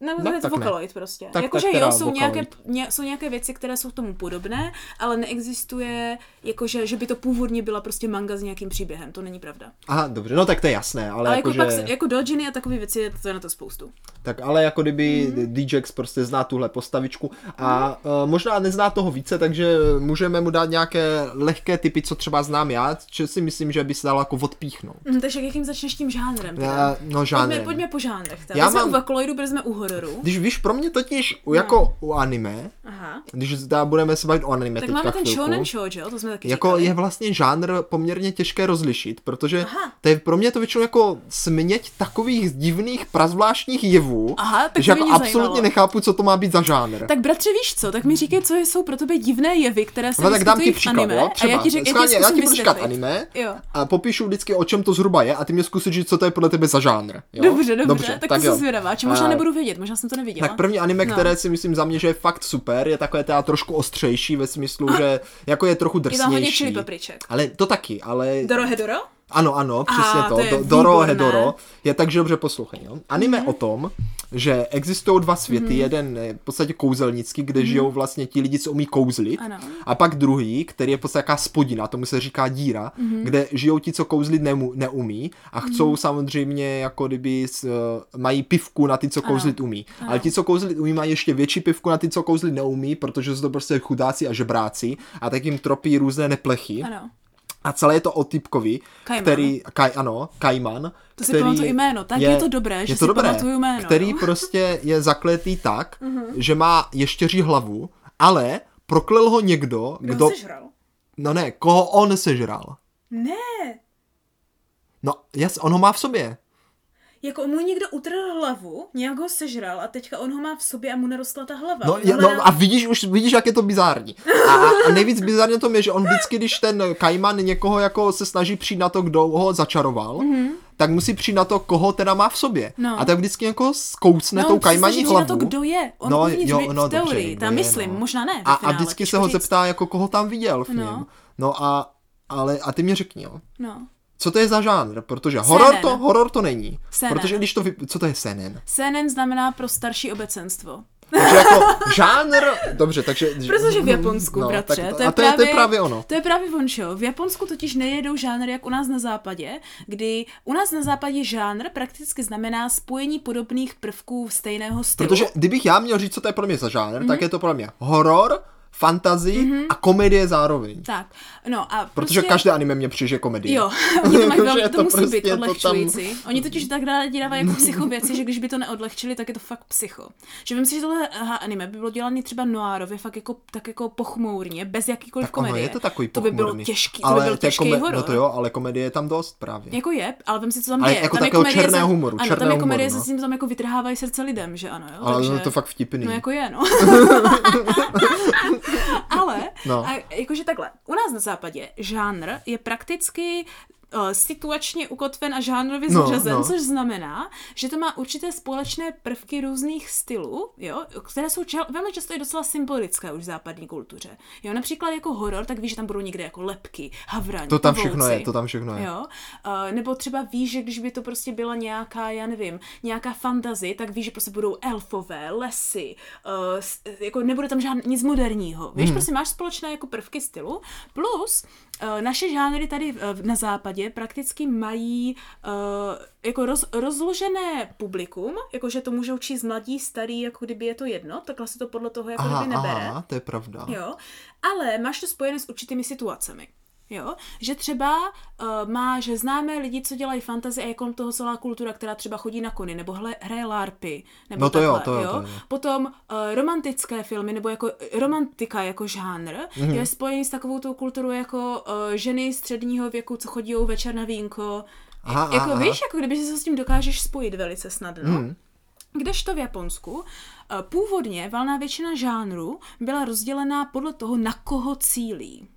S2: Ne,
S1: No,
S2: no, je to
S1: tak ne.
S2: Vocaloid prostě.
S1: Tak-
S2: Jakože
S1: tak teda
S2: jo, jsou nějaké,
S1: Vocaloid.
S2: ně, jsou nějaké věci, které jsou tomu podobné, ale neexistuje, jakože, že by to původně byla prostě manga s nějakým příběhem, to není pravda.
S1: Aha, dobře, no tak to je jasné, ale,
S2: Ale
S1: jako,
S2: jako,
S1: že,
S2: pak, se- jako dojiny a takové věci, je- to je na to spoustu.
S1: tak, ale jako kdyby
S2: Mhm.
S1: DJX prostě zná tuhle postavičku a uh, možná nezná toho více, takže můžeme mu dát nějaké lehké typy, co třeba znám já, či si myslím, že by se dalo jako odpíchnout.
S2: Mm, takže jakým začneš tím žánrem? teda?
S1: Uh, no
S2: Pojďme,
S1: žánrem.
S2: pojďme po žánrech.
S1: Já
S2: Já jsme
S1: mám-
S2: u Vocaloidu, byli jsme u hororu.
S1: Když víš, pro mě totiž
S2: No.
S1: u- jako u anime,
S2: Aha.
S1: když teda budeme se bavit o anime
S2: Tak
S1: teďka
S2: máme ten
S1: chvilku,
S2: shonen shoujo, to jsme taky
S1: jako
S2: říkali.
S1: je vlastně žánr poměrně těžké rozlišit, protože
S2: Aha.
S1: to je pro mě to většinou jako směť takových divných prazvláštních jevů,
S2: Aha, tak
S1: že
S2: to by
S1: jako
S2: mě
S1: absolutně
S2: zajímalo.
S1: nechápu, co to má být za žánr.
S2: Tak bratře, víš co? Tak mi říkej, co jsou pro tebe divné jevy, které se
S1: No, tak dám ti
S2: vyskytují v
S1: příklad,
S2: anime.
S1: jo,
S2: a
S1: třeba.
S2: já ti, řek, já
S1: Schválně,
S2: ti,
S1: já ti
S2: zkusím
S1: budu říkat
S2: vysvětlit.
S1: anime
S2: Jo.
S1: a popíšu vždycky, o čem to zhruba je a ty mě zkus říct, co to je podle tebe za žánr. Jo?
S2: Dobře, dobře, dobře, tak, tak to
S1: jo.
S2: jsem zvědavá, či možná
S1: Eh,
S2: nebudu vědět, možná jsem to neviděla.
S1: Tak první anime,
S2: No.
S1: které si myslím za mě, že je fakt super, je takové teda trošku ostřejší ve smyslu, že jako je trochu
S2: Je tam hodně
S1: drsnější.
S2: čili papriček.
S1: ale to taky, ale
S2: Dorohedoro?
S1: ano, ano, přesně
S2: Ah,
S1: to.
S2: to je
S1: Do, Doro
S2: výborné. Mhm.
S1: Hedoro je takže dobře poslouchej. Jo? Anime mm o tom, že existují dva světy. Jeden je v podstatě kouzelnický, kde žijou vlastně ti lidi, co umí kouzlit.
S2: Mhm. Ano.
S1: A pak druhý, který je v podstatě jaká spodina, tomu se říká díra,
S2: Mhm.
S1: kde žijou ti, co kouzlit nemu, neumí a chcou samozřejmě, jako kdyby s, eh, mají pivku na ty, co kouzlit umí. Ale ti, co kouzlit umí, mají ještě větší pivku na ty, co kouzlit neumí, protože jsou to prostě chudáci a žebráci a tak jim tropí různé neplechy.
S2: Ano.
S1: A celé je to o typkovi,
S2: Kajman.
S1: který, kaj, ano, Kajman.
S2: To si
S1: který
S2: pamatuju jméno, tak je to dobré, že si pamatuju jméno,
S1: Který
S2: jo. Mhm.
S1: prostě je zakletý tak, že má ještěří hlavu, ale proklel ho někdo, kdo...
S2: Kdo sežral?
S1: No ne, koho on sežral.
S2: Ne,
S1: No, jas, on ho má v sobě.
S2: jako mu někdo utrhl hlavu, nějak ho sežral a teďka on ho má v sobě a mu narostla ta hlava.
S1: No,
S2: On
S1: je,
S2: hledá-
S1: no a vidíš už, vidíš, jak je to bizární. A, a nejvíc bizárně tom je, že on vždycky, když ten Kajman někoho jako se snaží přijít na to, kdo ho začaroval, mm-hmm. tak musí přijít na to, koho teda má v sobě.
S2: Mhm. No.
S1: A tak vždycky jako zkousne
S2: No,
S1: tou
S2: on se
S1: Kajmaní
S2: snaží
S1: hlavu.
S2: na to, kdo je. On
S1: No,
S2: uvnitř,
S1: jo,
S2: vy- v
S1: no, dobře,
S2: teorii,
S1: kdo
S2: tam
S1: je,
S2: myslím,
S1: no.
S2: možná ne. ve
S1: A, a
S2: finále,
S1: vždycky se
S2: těžko
S1: ho
S2: říct.
S1: zeptá, jako koho tam viděl v něm. No,
S2: No.
S1: a, ale, a ty mě řekni, jo.
S2: No.
S1: Co to je za žánr? Protože horor to,
S2: Seinen.
S1: horor to není.
S2: Seinen.
S1: Protože když to vy... Co to je senen?
S2: Senen znamená pro starší obecenstvo.
S1: Takže jako žánr... Dobře, takže...
S2: Protože v Japonsku,
S1: No,
S2: no, bratře,
S1: tak
S2: to, je
S1: a to je-
S2: právě,
S1: to je právě ono.
S2: To je právě vončo. V Japonsku totiž nejedou žánr jak u nás na západě, kdy u nás na západě žánr prakticky znamená spojení podobných prvků stejného stylu.
S1: Protože kdybych já měl říct, co to je pro mě za žánr,
S2: Mhm.
S1: tak je to pro mě horor, fantazy a komedie zároveň.
S2: Tak, no a
S1: Protože
S2: Mhm. prostě...
S1: každé anime mě přijde komedie.
S2: Jo, oni to, mají
S1: Jakože
S2: velmi,
S1: je
S2: to,
S1: to
S2: musí
S1: prostě to
S2: být
S1: tam-
S2: odlehčující. Oni totiž tak dále dělávají jako psychověci, že když by to neodlehčili, tak je to fakt psycho. Že vím si, že tohle aha, anime by bylo dělané třeba noárově, fakt jako, tak jako pochmurně, bez jakýkoliv
S1: Tak ono,
S2: komedie.
S1: je to takový
S2: to by bylo
S1: pochmurný.
S2: těžký, to
S1: ale
S2: by byl
S1: té
S2: těžký
S1: kome-
S2: horor.
S1: No to jo, ale komedie je tam dost právě.
S2: Jako je, ale vím si, co tam
S1: Ale
S2: je.
S1: jako
S2: tam je
S1: takového
S2: komedie
S1: černého
S2: za-
S1: humoru,
S2: Ano, tam
S1: černého
S2: je komedie,
S1: humoru, no.
S2: se s tím tam jako vytrhávají srdce lidem, že ano, jo?
S1: ale
S2: takže...
S1: je to fakt vtipný.
S2: No jako je, no. ale,
S1: No.
S2: no. A, jakože takhle, u nás na západě žánr je prakticky eh, situačně ukotven a žánrově
S1: No,
S2: zařazen,
S1: no.
S2: což znamená, že to má určité společné prvky různých stylů, jo, které jsou čel, velmi často i docela symbolické už v západní kultuře. Jo, například jako horor, tak víš, že tam budou někde jako lepky, havraní,
S1: To tam všechno
S2: vouci.
S1: je, to tam všechno je.
S2: Jo? Eh, nebo třeba víš, že když by to prostě byla nějaká, já nevím, nějaká fantazie, tak víš, že prostě budou elfové, lesy, eh, s- jako nebude tam žádný, nic moderního. Víš,
S1: Hmm.
S2: prostě máš společné jako prvky stylu, plus eh, naše žánry tady eh, na západě prakticky mají eh, jako roz, rozložené publikum, jakože to můžou číst mladí, starý, jako kdyby je to jedno, takhle se to podle toho jako
S1: Aha,
S2: kdyby nebere.
S1: No. aha, to je pravda.
S2: Jo, ale máš to spojené s určitými situacemi. Jo? Že třeba uh, máš známé lidi, co dělají fantazy a je kolem toho celá kultura, která třeba chodí na kony, nebo hle, hraje larpy. Nebo
S1: No to jo,
S2: takhle,
S1: to jo, to jo.
S2: Potom uh, romantické filmy, nebo jako romantika jako žánr,
S1: Mhm.
S2: mm-hmm. je spojený s takovou tou kulturou jako uh, ženy středního věku, co chodí večer na vínko.
S1: Aha,
S2: jako
S1: aha,
S2: víš, jako kdyby se s tím dokážeš spojit velice snadno.
S1: Mhm.
S2: Kdežto v Japonsku eh, původně valná většina žánru byla rozdělená podle toho, na koho cílí.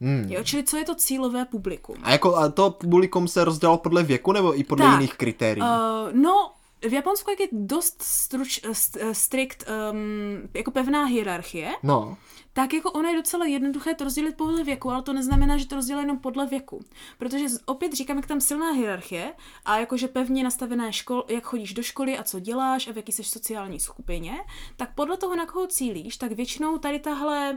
S1: Hmm.
S2: Jo, čili co je to cílové publikum.
S1: A jako a to publikum se rozdělalo podle věku nebo i podle
S2: Tak,
S1: jiných kritérií?
S2: Uh, no, v Japonsku jak je dost struč, eh, st, eh, strikt, um, jako pevná hierarchie,
S1: no.
S2: tak jako ono je docela jednoduché to rozdělit podle věku, ale to neznamená, že to rozdělí jenom podle věku. Protože z- opět říkám, jak tam silná hierarchie a jakože pevně nastavené škol, jak chodíš do školy a co děláš a v jaký jsi sociální skupině, tak podle toho, na koho cílíš, tak většinou tady tahle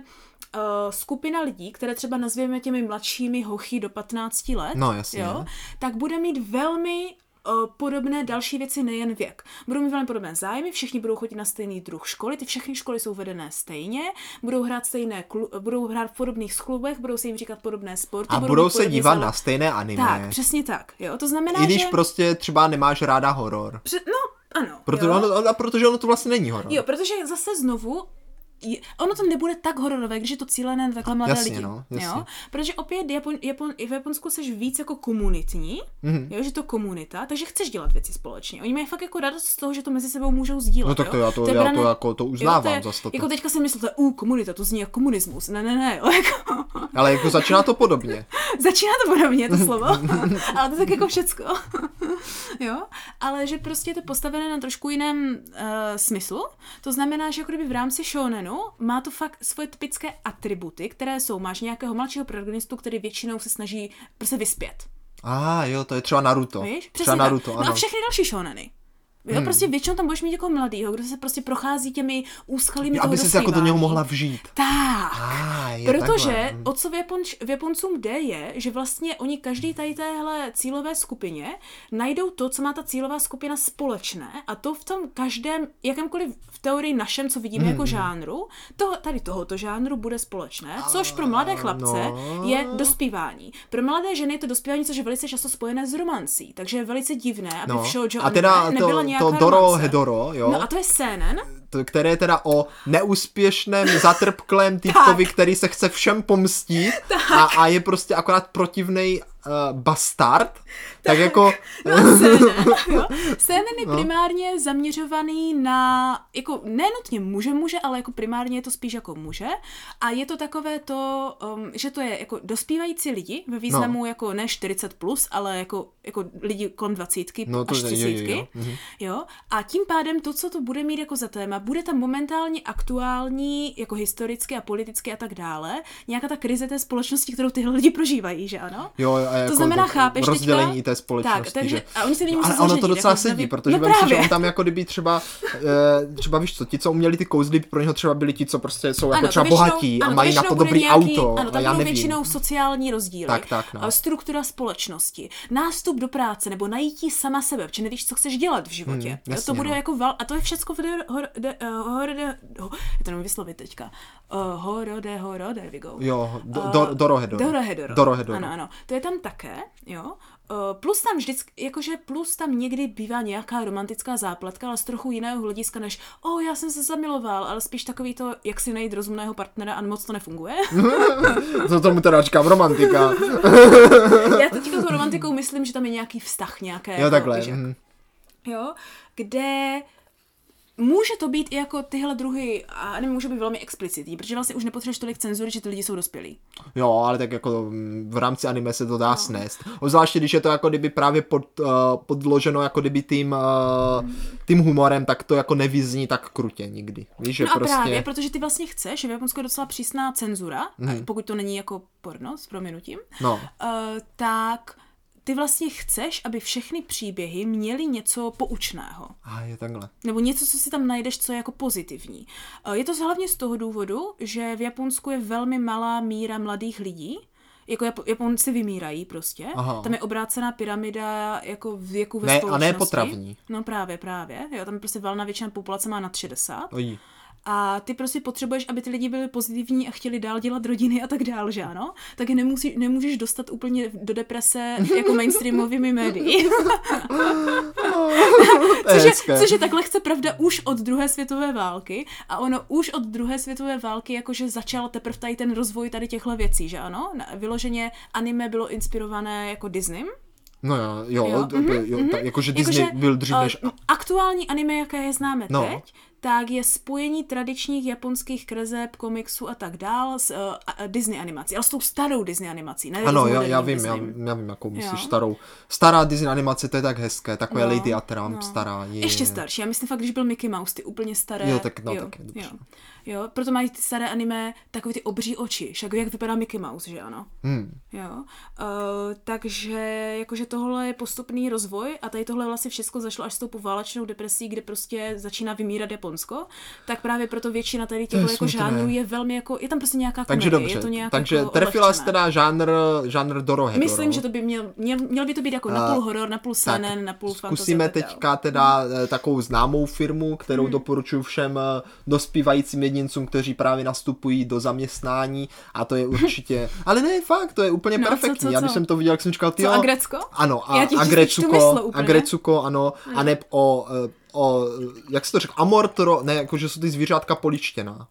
S2: uh, skupina lidí, které třeba nazvěme těmi mladšími hochy do 15 let,
S1: No, jasně.
S2: Jo, tak bude mít velmi eh, podobné další věci, nejen věk. Budou mít velmi podobné zájmy, všichni budou chodit na stejný druh školy, ty všechny školy jsou vedené stejně, budou hrát stejné klu, budou hrát v podobných klubech, budou se jim říkat podobné sporty.
S1: A
S2: mít
S1: budou se
S2: podobný
S1: dívat
S2: zále-
S1: na stejné anime.
S2: Tak, přesně tak. Jo, to znamená,
S1: I když
S2: že...
S1: prostě třeba nemáš ráda horor.
S2: Pře- no, ano.
S1: Proto,
S2: jo.
S1: ono, a protože ono to vlastně není horor.
S2: jo, protože zase znovu je- Ono to nebude tak hororové, když je to cílené na takhle mladé
S1: Jasně,
S2: lidi.
S1: no, jasně.
S2: Jo? Protože opět Japon, Japon, i v Japonsku jsi víc jako komunitní,
S1: Mhm.
S2: Jo, že to komunita, takže chceš dělat věci společně. Oni mají fakt jako radost z toho, že to mezi sebou můžou sdílet.
S1: No tak to
S2: jo?
S1: já to,
S2: je
S1: já
S2: brané-
S1: to jako to
S2: jako, to
S1: uznávám
S2: je,
S1: zase to.
S2: jako teďka jsem myslela, u komunita, to zní jako komunismus. Ne, ne, ne, jo, jako,
S1: Ale jako začíná to podobně.
S2: začíná to podobně to slovo, ale to tak jako všecko. jo, ale že prostě je to postavené na trošku jiném uh, smyslu. To znamená, že jako kdyby v rámci shonenu má to fakt svoje typické atributy, které jsou, máš nějakého mladšího protagonistu, který většinou se snaží prostě vyspět.
S1: A ah, jo, to je třeba Naruto.
S2: Víš?
S1: třeba
S2: Přesně
S1: Naruto,
S2: tak.
S1: ano.
S2: No a všechny další shoneny. Jo, hmm. prostě většinou tam budeš mít jako mladýho, kdo se prostě prochází těmi úskalými toho
S1: Aby jsi se jako do
S2: dospívání.
S1: něho mohla vžít.
S2: Tak.
S1: Ah, je
S2: Protože
S1: takhle.
S2: o co v, Japonč, v Japoncům jde je, že vlastně oni každý tady téhle cílové skupině najdou to, co má ta cílová skupina společné a to v tom každém, jakémkoliv v teorii našem, co vidíme
S1: Mhm.
S2: jako žánru, to, tady tohoto žánru bude společné, což pro mladé chlapce
S1: Ano.
S2: je dospívání. Pro mladé ženy je to dospívání, což je velice často spojené s romancí, takže je velice divné, aby no.
S1: No.
S2: v shoujo
S1: A teda
S2: anime nebyla
S1: to,
S2: nějaká
S1: to Doro
S2: romance.
S1: Hedoro, jo,
S2: No a to je seinen,
S1: to, které je teda o neúspěšném, zatrpklém týpkovi, který se chce všem pomstít a, a je prostě akorát protivnej uh, bastard, tak, tak jako...
S2: jo? CNN
S1: No.
S2: je primárně zaměřovaný na, jako nenutně muže muže, ale jako primárně je to spíš jako muže a je to takové to, um, že to je jako dospívající lidi ve významu
S1: No.
S2: jako ne 40 plus, ale jako, jako lidi kolem 20
S1: No, to
S2: až
S1: je- jo,
S2: 30
S1: jo, jo. Mhm.
S2: jo. A tím pádem to, co to bude mít jako za téma, bude tam momentálně aktuální, jako historicky a politicky a tak dále, nějaká ta krize té společnosti, kterou tyhle lidi prožívají, že ano?
S1: Jo, a jako
S2: to znamená, chápeš
S1: rozdělení
S2: teďka?
S1: té společnosti.
S2: Tak, takže,
S1: že...
S2: a oni se lidi
S1: No,
S2: musí
S1: ale ono to
S2: zařadit,
S1: docela
S2: jako,
S1: sedí,
S2: aby-
S1: protože
S2: no
S1: vem si, že
S2: právě.
S1: on tam jako kdyby třeba, eh, třeba víš co, ti, co uměli ty kouzly, pro něho třeba byli ti, co prostě jsou jako
S2: Ano, to
S1: třeba
S2: většinou-
S1: bohatí a
S2: ano,
S1: mají na to
S2: většinou bude
S1: dobrý
S2: nějaký,
S1: auto,
S2: Ano,
S1: a
S2: tam
S1: já
S2: budou
S1: nevím.
S2: většinou sociální rozdíly.
S1: Tak, tak, no.
S2: a Struktura společnosti, nástup do práce nebo najítí sama sebe, protože nevíš, co chceš dělat v životě.
S1: Hmm,
S2: Jo,
S1: jasně,
S2: to bude
S1: no.
S2: jako val, a to je všecko v de- hor- de- eh, hor- de- ho- já to nemůžu vyslovit teďka. Eh, Horode, horode, there we go.
S1: Jo, do,
S2: Eh,
S1: do, Dorohedoro.
S2: Dorohedoro.
S1: Dorohedoro.
S2: no. Ano, ano. To je tam také, jo. Eh, Plus tam vždycky, jakože plus tam někdy bývá nějaká romantická zápletka, ale z trochu jiného hlediska než, o, oh, já jsem se zamiloval, ale spíš takový to, jak si najít rozumného partnera a moc to nefunguje.
S1: To tomu teda říkám romantika.
S2: já teďka tou romantikou myslím, že tam je nějaký vztah, nějaké.
S1: jo,
S2: jako,
S1: takhle.
S2: víš jak.
S1: mhm.
S2: jo, kde může to být i jako tyhle druhy, a nevím, může být velmi explicitní, protože vlastně už nepotřebuješ tolik cenzury, že ty lidi jsou dospělí.
S1: Jo, ale tak jako mm, v rámci anime se to
S2: No.
S1: dá snést. Obzvláště, když je to jako kdyby právě pod, uh, podloženo jako kdyby tím, uh, tím humorem, tak to jako nevyzní tak krutě nikdy. Víš, že
S2: No a
S1: prostě...
S2: právě, protože ty vlastně chceš, že v Japonsku je docela přísná cenzura,
S1: Mhm.
S2: mm. pokud to není jako porno, s prominutím,
S1: No.
S2: uh, tak ty vlastně chceš, aby všechny příběhy měly něco poučného.
S1: A je takhle.
S2: Nebo něco, co si tam najdeš, co je jako pozitivní. Eh, Je to hlavně z toho důvodu, že v Japonsku je velmi malá míra mladých lidí. Jako Jap- Japonci vymírají prostě.
S1: Aha.
S2: Tam je obrácená pyramida jako věku ve
S1: Ne, a ne
S2: společnosti.
S1: potravní.
S2: No právě, právě. Jo, tam prostě valná většina populace má nad 60.
S1: Ojí.
S2: a ty prostě potřebuješ, aby ty lidi byli pozitivní a chtěli dál dělat rodiny a tak dál, že ano, tak je nemusí, nemůžeš dostat úplně do deprese jako mainstreamovými médii.
S1: To je
S2: což, je,
S1: hezké.
S2: což je tak lehce pravda už od druhé světové války a ono už od druhé světové války jakože začal teprve tady ten rozvoj tady těchto věcí, že ano? Na- Vyloženě anime bylo inspirované jako Disneym.
S1: No jo, jo,
S2: Jo, mhm,
S1: jo, jo tak, jakože Disney byl dřív než...
S2: eh, Aktuální anime, jaké je známe
S1: No.
S2: teď, tak je spojení tradičních japonských kreseb, komiksů a tak dál s eh, a- Disney animací, ale s tou starou Disney animací. Ne
S1: Ano,
S2: s
S1: já,
S2: moderním
S1: já vím, já,
S2: Disneyem.
S1: já vím, jakou myslíš
S2: Jo.
S1: starou. Stará Disney animace, to Jako je tak hezké, takové
S2: No,
S1: Lady a Trump,
S2: no.
S1: stará. Je...
S2: Ještě starší, já myslím fakt, když byl Mickey Mouse, ty úplně staré.
S1: Jo, tak- no,
S2: jo,
S1: tak je dobře.
S2: jo, jo, proto mají ty staré anime takové ty obří oči, však ví, jak vypadá Mickey Mouse, že ano?
S1: Hmm.
S2: Jo, uh, takže jakože tohle je postupný rozvoj a tady tohle vlastně všechno zašlo až s tou poválečnou depresí, kde prostě začíná vymírat Japonsko, tak právě proto většina tady těchto jako
S1: smutné.
S2: žánrů je velmi jako, je tam prostě nějaká
S1: Takže
S2: komedie,
S1: dobře,
S2: je to nějak
S1: takže
S2: jako
S1: trefila jako jsi
S2: odlehčené.
S1: teda žánr, žánr Dorohedoro.
S2: Myslím, že to by měl, měl, měl by to být jako napůl horor, napůl seinen, napůl fantasy. a
S1: Eh, Zkusíme
S2: tak dál.
S1: teďka teda
S2: Mhm.
S1: eh, takovou známou firmu, kterou doporučuji všem eh, dospívajícím jedincům, kteří právě nastupují do zaměstnání a to je určitě, ale ne, fakt, to je úplně
S2: No, co,
S1: perfektní.
S2: co,
S1: Já když
S2: co?
S1: jsem to viděl, jak jsem říkal, ty
S2: Co, a Grecko?
S1: Ano, a,
S2: Já ti
S1: a
S2: čistě čtu mysl
S1: Grecuko, a
S2: úplně. Mhm.
S1: Grecuko, ano, a neb o, eh, o, jak se to řekl, amortro, ne, jakože jsou ty zvířátka poličtěná.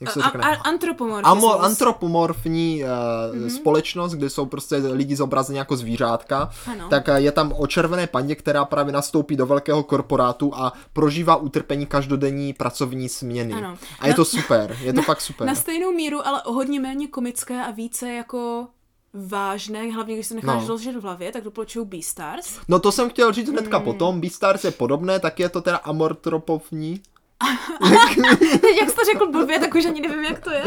S1: Jak se to
S2: A-
S1: řekne?
S2: a- Antropomorfismus.
S1: Amo, antropomorfní uh,
S2: Mhm.
S1: mm-hmm. společnost, kde jsou prostě lidi zobrazeni jako zvířátka,
S2: Ano.
S1: tak eh, je tam o červené pandě, která právě nastoupí do velkého korporátu a prožívá utrpení každodenní pracovní směny.
S2: Ano. No-
S1: A je
S2: Na-
S1: to super, je to fakt super.
S2: Na stejnou míru, ale o hodně méně komické a více jako vážné, hlavně když se necháš
S1: No.
S2: no. rozžet v hlavě, tak doporučuju Beastars.
S1: No to jsem chtěl říct
S2: Mm.
S1: hnedka potom, Beastars je podobné, tak je to teda amortropofní.
S2: Teď jak jsi to řekl blbě, tak už ani nevím, jak to je.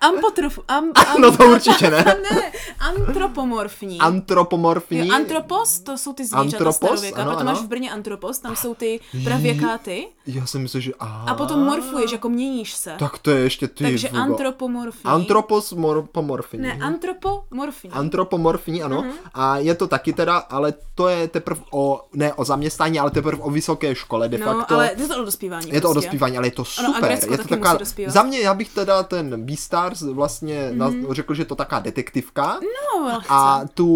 S2: Ampotrof... Am, am,
S1: No to určitě ne.
S2: ne, antropomorfní.
S1: Antropomorfní.
S2: Jo, antropos, to jsou ty zvířata
S1: Antropos,
S2: starověka,
S1: ano,
S2: proto
S1: ano.
S2: máš v Brně antropos, tam jsou ty pravěkáty
S1: Já jsem myslel, že aha.
S2: a potom morfuješ, jako měníš se.
S1: Tak to je ještě ty.
S2: Takže
S1: vůbec.
S2: antropomorfní.
S1: Antropos mor- pomorfní.
S2: Ne, antropomorfní.
S1: Antropomorfní, ano.
S2: Mhm.
S1: Mm-hmm. A je to taky teda, ale to je teprve o, ne o zaměstnání, ale teprve o vysoké škole de
S2: no,
S1: facto.
S2: ale je to o dospívání.
S1: je to o
S2: prostě.
S1: dospívání, ale je to
S2: Ano, a
S1: super.
S2: Grécko
S1: je to
S2: taky musí dospívat. Mhm.
S1: za mě, já bych teda ten Beastars vlastně mm-hmm. řekl, že je to taká detektivka.
S2: No, ale chce.
S1: A tu,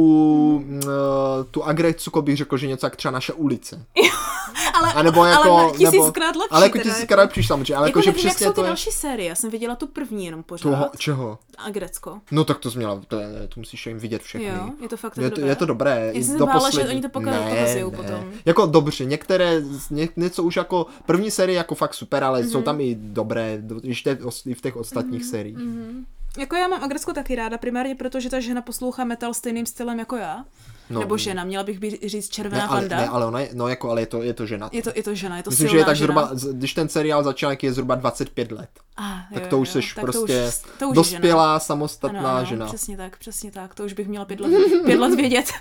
S1: mm, tu Agrecuko bych řekl, že něco jak třeba naše ulice.
S2: ale,
S1: A nebo jako,
S2: ale na
S1: nebo,
S2: tisíckrát lepší.
S1: Ale jako
S2: teda,
S1: tisíckrát lepší samozřejmě, ale
S2: Jako,
S1: jako,
S2: jako
S1: že
S2: nevím, jak
S1: přesně
S2: jsou ty
S1: to je...
S2: další série, já jsem viděla tu první jenom pořád.
S1: Toho, čeho?
S2: A Grecko.
S1: No tak to jsi měla, to, je- to musíš jim vidět všechny.
S2: Jo, je Jako to fakt tak
S1: je to,
S2: dobré?
S1: je to dobré.
S2: Já
S1: do
S2: jsem se bála, že
S1: poslední-
S2: oni to pak rozjou potom.
S1: Jako dobře, některé, z- ně, něco už jako, první série jako fakt super, ale mm-hmm.
S2: Mhm.
S1: jsou tam i dobré, do- když te, os- i v těch ostatních mm-hmm. sériích.
S2: Jako já mám Agresko taky ráda, primárně proto, že ta žena poslouchá metal stejným stylem jako já.
S1: No.
S2: No, Nebo žena, měla bych být říct červená
S1: Ne,
S2: ne,
S1: ale,
S2: panda.
S1: ne, ale ona je, no jako, ale je to, je to žena.
S2: Je to, je to žena, je to
S1: Myslím,
S2: silná
S1: že je tak
S2: žena.
S1: zhruba, z- když ten seriál začal, jak je zhruba 25 let.
S2: Ah, jo,
S1: Tak to už
S2: jo,
S1: seš
S2: tak to už-
S1: prostě
S2: to už je žena.
S1: dospělá, samostatná
S2: Ano, ano,
S1: žena.
S2: Přesně tak, přesně tak. To už bych měla pět let, pět let vědět.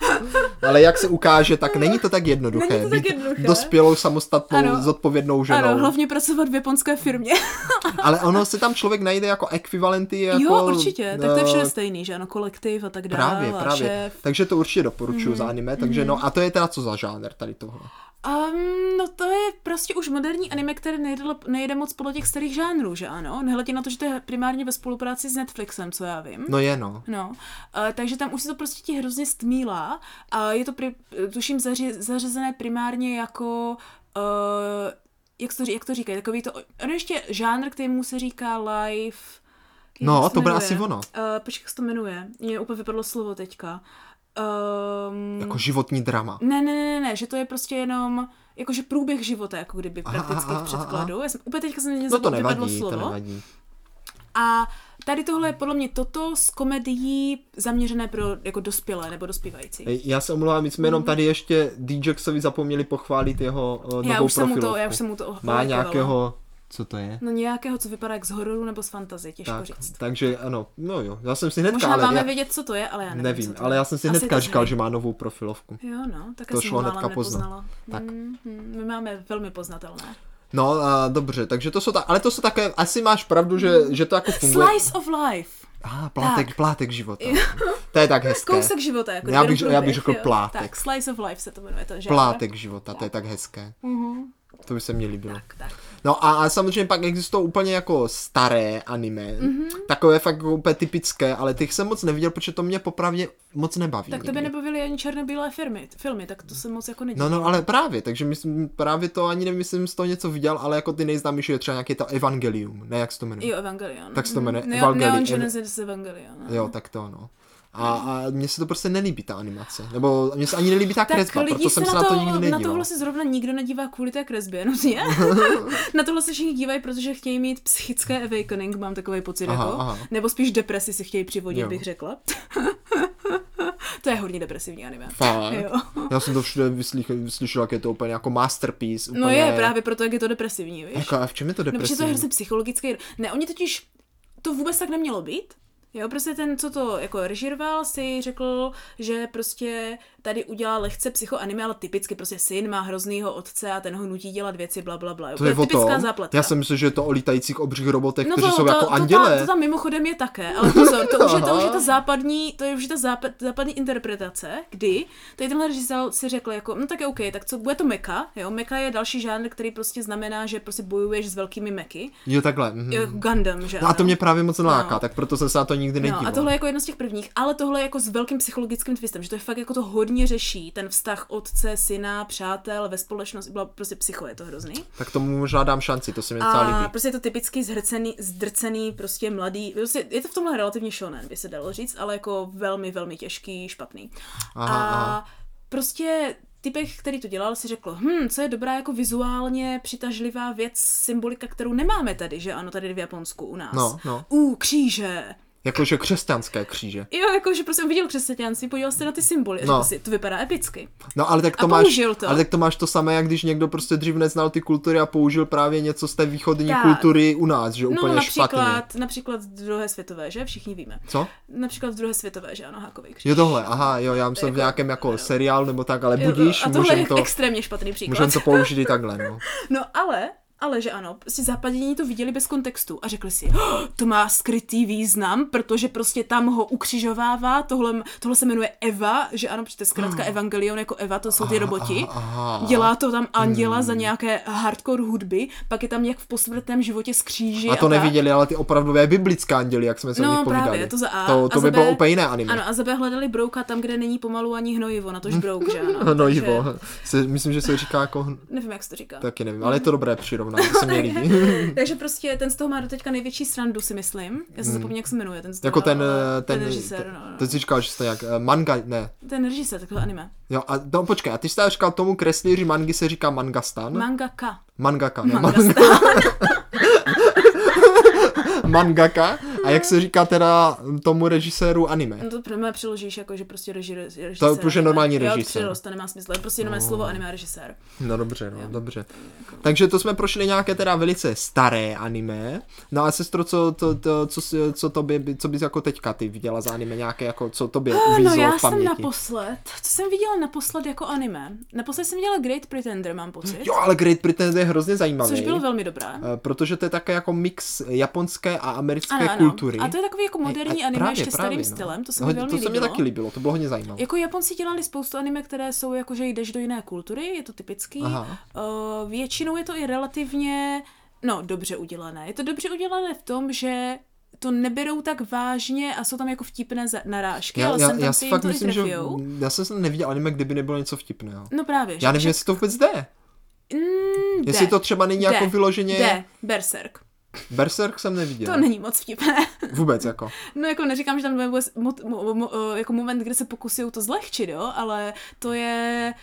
S1: Ale jak se ukáže, tak není to tak jednoduché.
S2: Není to tak
S1: být
S2: jednoduché.
S1: dospělou, samostatnou,
S2: Ano.
S1: zodpovědnou ženou.
S2: ano, hlavně pracovat v japonské firmě.
S1: Ale ono si tam člověk najde jako ekvivalenty. Jako,
S2: jo, určitě. Tak to je všude
S1: eh,
S2: stejný, že ano, kolektiv a tak dále.
S1: Právě,
S2: a
S1: právě.
S2: Šéf.
S1: Takže to určitě doporučuju
S2: Mhm,
S1: za anime. Takže no, a to je teda co za žánr tady tohle.
S2: Um, no to je prostě už moderní anime, které nejde, lep- nejde moc podle těch starých žánrů, že ano? Nehledě na to, že to je primárně ve spolupráci s Netflixem, co já vím.
S1: No je no.
S2: No, uh, takže tam už se to prostě ti hrozně stmílá a je to, pri, tuším, zaři, zařazené primárně jako, uh, jak, to, ří- jak to říkají, takový to, ono ještě žánr, kterému se říká live... jak
S1: No,
S2: se
S1: to bude
S2: jmenuje?
S1: asi ono.
S2: Uh, počkej, jak se to jmenuje, mě úplně vypadlo slovo teďka. Um,
S1: Jako životní drama.
S2: ne, ne, ne, ne, že to je prostě jenom jakože průběh života, jako kdyby
S1: Aha,
S2: prakticky
S1: aha,
S2: v předkladu. Já jsem úplně teďka se
S1: No
S2: mě
S1: to
S2: vypadlo
S1: nevadí, to
S2: slovo.
S1: nevadí.
S2: A tady tohle je podle mě toto s komedií zaměřené pro jako dospělé nebo dospívající.
S1: Ej, Já se omlouvám, my jsme
S2: Mhm.
S1: jenom tady ještě DJXovi zapomněli pochválit jeho uh, novou
S2: Já už, jsem mu to,
S1: profilovku.
S2: já už jsem mu to
S1: Má
S2: olajkovala.
S1: nějakého, co to je?
S2: No nějakého, co vypadá jak z hororu nebo z fantazie, těžko
S1: Tak,
S2: říct.
S1: takže ano, no jo, já jsem si hnedka,
S2: Možná
S1: ale
S2: máme
S1: já,
S2: vědět, co to je, ale já nevím,
S1: nevím,
S2: co to
S1: ale
S2: je.
S1: já jsem si
S2: Asi
S1: hnedka
S2: to
S1: říkal,
S2: je.
S1: že má novou profilovku.
S2: Jo, no, tak
S1: to
S2: to jsem
S1: šlo
S2: ho
S1: hnedka
S2: málem
S1: poznat.
S2: nepoznala.
S1: Tak.
S2: Mm, mm, my máme velmi poznatelné.
S1: No, a dobře, takže to jsou tak, ale to jsou také, asi máš pravdu, že, že to jako funguje.
S2: Mhm. Slice of life.
S1: Ah, plátek, tak. plátek života. To je tak hezké.
S2: Kousek života. Jako
S1: Já bych-
S2: jenom
S1: já bych
S2: průběh,
S1: řekl
S2: jo.
S1: plátek.
S2: Tak, slice of life se to jmenuje. To
S1: Plátek života, to je tak hezké.
S2: Mm-hmm.
S1: To by se mě líbilo.
S2: Tak, tak.
S1: No a, a samozřejmě pak existují úplně jako staré anime,
S2: Mhm.
S1: mm-hmm. takové fakt jako úplně typické, ale těch jsem moc neviděl, protože to mě popravdě moc nebaví.
S2: Tak to by
S1: nikdy.
S2: nebavily ani černobílé firmy, filmy, tak to se moc jako nedělá.
S1: No, no, ale právě, takže myslím, právě to ani nevím, jestli jsem z toho něco viděl, ale jako ty nejznámější je třeba nějaký to Evangelium, ne jak se to jmenuje.
S2: Jo, Evangelion.
S1: No, Tak se to jmenuje
S2: Mhm. Neo,
S1: Evangelion.
S2: Neon Genesis Evangelion.
S1: Jo, tak to no. A, a mně se to prostě nelíbí ta animace, nebo mně se ani nelíbí ta
S2: Tak
S1: kresba,
S2: lidi
S1: proto jsem se
S2: na, to,
S1: nikdy
S2: na
S1: nedíval.
S2: tohle se zrovna nikdo nedívá kvůli té kresbě, nutně. na tohle se všichni dívají, protože chtějí mít psychické awakening, mám takový pocit
S1: Aha,
S2: jako.
S1: aha.
S2: Nebo spíš depresi si chtějí přivodit,
S1: Jo.
S2: bych řekla. to je hodně depresivní anime.
S1: Fakt.
S2: Jo.
S1: Já jsem to všude vyslyšel, vyslyšel, jak je to úplně jako masterpiece. Úplně,
S2: No je, právě proto, jak je to depresivní, víš?
S1: Jako, a v čem je to
S2: No, protože
S1: depresivní?
S2: to je hrozně psychologické. Ne, oni totiž to vůbec tak nemělo být. Jo, prostě ten, co to jako režíroval, si řekl, že prostě tady udělá lehce psychoanime, ale typicky prostě syn má hroznýho otce a ten ho nutí dělat věci, bla, bla, bla.
S1: to je o
S2: typická
S1: tom.
S2: zápletka.
S1: Já jsem myslel, že je to o lítajících obřích robotech,
S2: No
S1: kteří
S2: to,
S1: jsou
S2: to,
S1: jako
S2: to,
S1: andělé.
S2: Tam, to tam mimochodem je také, ale pozor, to už je, to už je ta
S1: Aha.
S2: západní, to je už ta západ, západní interpretace, kdy tady tenhle režisér si řekl jako, no tak je OK, tak co, bude to meka, jo, meka je další žánr, který prostě znamená, že prostě bojuješ s velkými meky,
S1: Jo, takhle. mhm.
S2: jo, jako Gundam, že
S1: No a
S2: ano.
S1: to mě právě moc láká,
S2: No.
S1: tak proto jsem se na to nikdy nedíval.
S2: No, a tohle je jako jedno z těch prvních, ale tohle je jako s velkým psychologickým twistem, že to je fakt jako to hodně řeší, ten vztah otce, syna, přátel ve společnosti, byla prostě psycho, je to hrozný.
S1: Tak tomu možná dám šanci, to se mi docela
S2: A
S1: líbí.
S2: prostě je to typicky zhrcený, zdrcený, prostě mladý, prostě je to v tomhle relativně shonen, by se dalo říct, ale jako velmi, velmi těžký, špatný.
S1: Aha,
S2: a
S1: aha.
S2: prostě typek, který to dělal, si řekl, hm, co je dobrá jako vizuálně přitažlivá věc, symbolika, kterou nemáme tady, že ano, tady v Japonsku u nás.
S1: No, no.
S2: U, kříže,
S1: Jakože křesťanské kříže.
S2: Jo, jako, že prostě on viděl křesťanství, podíval se na ty symboly a
S1: No.
S2: no. si, to vypadá epicky.
S1: No ale tak to
S2: A
S1: máš,
S2: použil to.
S1: ale tak to máš to samé, jak když někdo prostě dřív neznal ty kultury a použil právě něco z té východní
S2: Tak.
S1: kultury u nás, že
S2: No,
S1: úplně špatně.
S2: například, například z druhé světové, že? Všichni víme.
S1: Co?
S2: Například z druhé světové, že ano, Hákový kříž.
S1: Jo tohle, aha, jo, já jsem v
S2: jako-
S1: nějakém jako seriálu nebo tak, ale
S2: Jo,
S1: budíš,
S2: a tohle
S1: můžem
S2: je
S1: to,
S2: extrémně špatný příklad.
S1: můžem to použít i takhle, no.
S2: No ale, ale že ano, prostě západění to viděli bez kontextu a řekli si, "Oh, to má skrytý význam, protože prostě tam ho ukřižovává, tohle, tohle se jmenuje Eva, že ano, protože to je zkrátka Evangelion jako Eva, to jsou ty roboti.
S1: Hmm. Aha, aha.
S2: Dělá to tam anděla
S1: Hmm.
S2: za nějaké hardcore hudby, pak je tam jak v posmrtném životě z kříži.
S1: A to
S2: tak.
S1: neviděli, ale ty opravdové biblické anděly, jak jsme se o
S2: No
S1: nich povídali.
S2: právě, to za A.
S1: To,
S2: a
S1: to
S2: za
S1: by
S2: B-
S1: bylo úplně jiné anime.
S2: Ano, a za B hledali brouka tam, kde není pomalu ani hnojivo, na tož brouk, že ano.
S1: No
S2: takže-
S1: Ivo, se, myslím, že se říká jako, hn-
S2: Nevím, jak se to říká.
S1: taky nevím, ale je to dobré přirovnání, to se mě líbí.
S2: Takže prostě ten z toho má do teďka největší srandu, si myslím. Já jsem zapomněla, jak se jmenuje. Ten z
S1: Hmm.
S2: toho,
S1: Jako ten,
S2: ale-
S1: eh, ten,
S2: ten režisér, no, no.
S1: to jsi říkal, že jste nějak, eh, manga, ne,
S2: Ten režisér, takhle anime.
S1: jo, a no, počkej, a ty jsi tady říkal tomu kreslíři mangy se říká mangastan?
S2: Mangaka.
S1: Mangaka, ne, man,
S2: Mangasta.
S1: mangaka, a jak se říká teda tomu režiséru anime?
S2: No to pro mě přeložíš jako, že prostě reži, režisér.
S1: To je prostě
S2: anime.
S1: normální
S2: Jo,
S1: režisér.
S2: přelož, to nemá smysl. Prostě jenom je slovo anime a režisér.
S1: No dobře, no, dobře. Takže to jsme prošli nějaké teda velice staré anime. No a sestro, co, to, to, co, si- co, tobě, by- co bys jako teďka ty viděla za anime nějaké, jako co tobě
S2: No
S1: uvízlo
S2: já
S1: v
S2: jsem
S1: paměti?
S2: naposled, co jsem viděla naposled jako anime? Naposled jsem viděla Great Pretender, mám pocit.
S1: Jo, ale Great Britain je hrozně zajímavý.
S2: Což bylo velmi dobré.
S1: Eh, protože to je také jako mix japonské a americké
S2: Ano, ano.
S1: kultury.
S2: A to je takový jako moderní
S1: A- a
S2: anime
S1: právě,
S2: ještě starým
S1: právě,
S2: stylem, to se
S1: no,
S2: mi velmi
S1: To se mě
S2: líbilo.
S1: taky líbilo, to bylo hodně zajímavé.
S2: Jako Japonci dělali spoustu anime, které jsou jako, že jdeš do jiné kultury, je to typický.
S1: Aha.
S2: Uh, většinou je to i relativně, no, dobře udělané. Je to dobře udělané v tom, že to neberou tak vážně a jsou tam jako vtipné za- narážky, ale jsem tam
S1: já
S2: si
S1: si
S2: jim
S1: fakt
S2: to
S1: myslím,
S2: i
S1: že
S2: trefijou.
S1: já jsem se neviděl anime, kdyby nebylo něco vtipného.
S2: No právě, že?
S1: Já nevím,
S2: že-
S1: jestli to vůbec jde.
S2: Mm,
S1: Jestli
S2: jde,
S1: to třeba není
S2: jde,
S1: jako vyloženě...
S2: Jde, Berserk.
S1: Berserk jsem neviděl.
S2: To není moc vtipné.
S1: Vůbec jako.
S2: No jako neříkám, že tam bude vůbec mo, mo, mo, eh, jako moment, kde se pokusí to zlehčit, jo, ale to je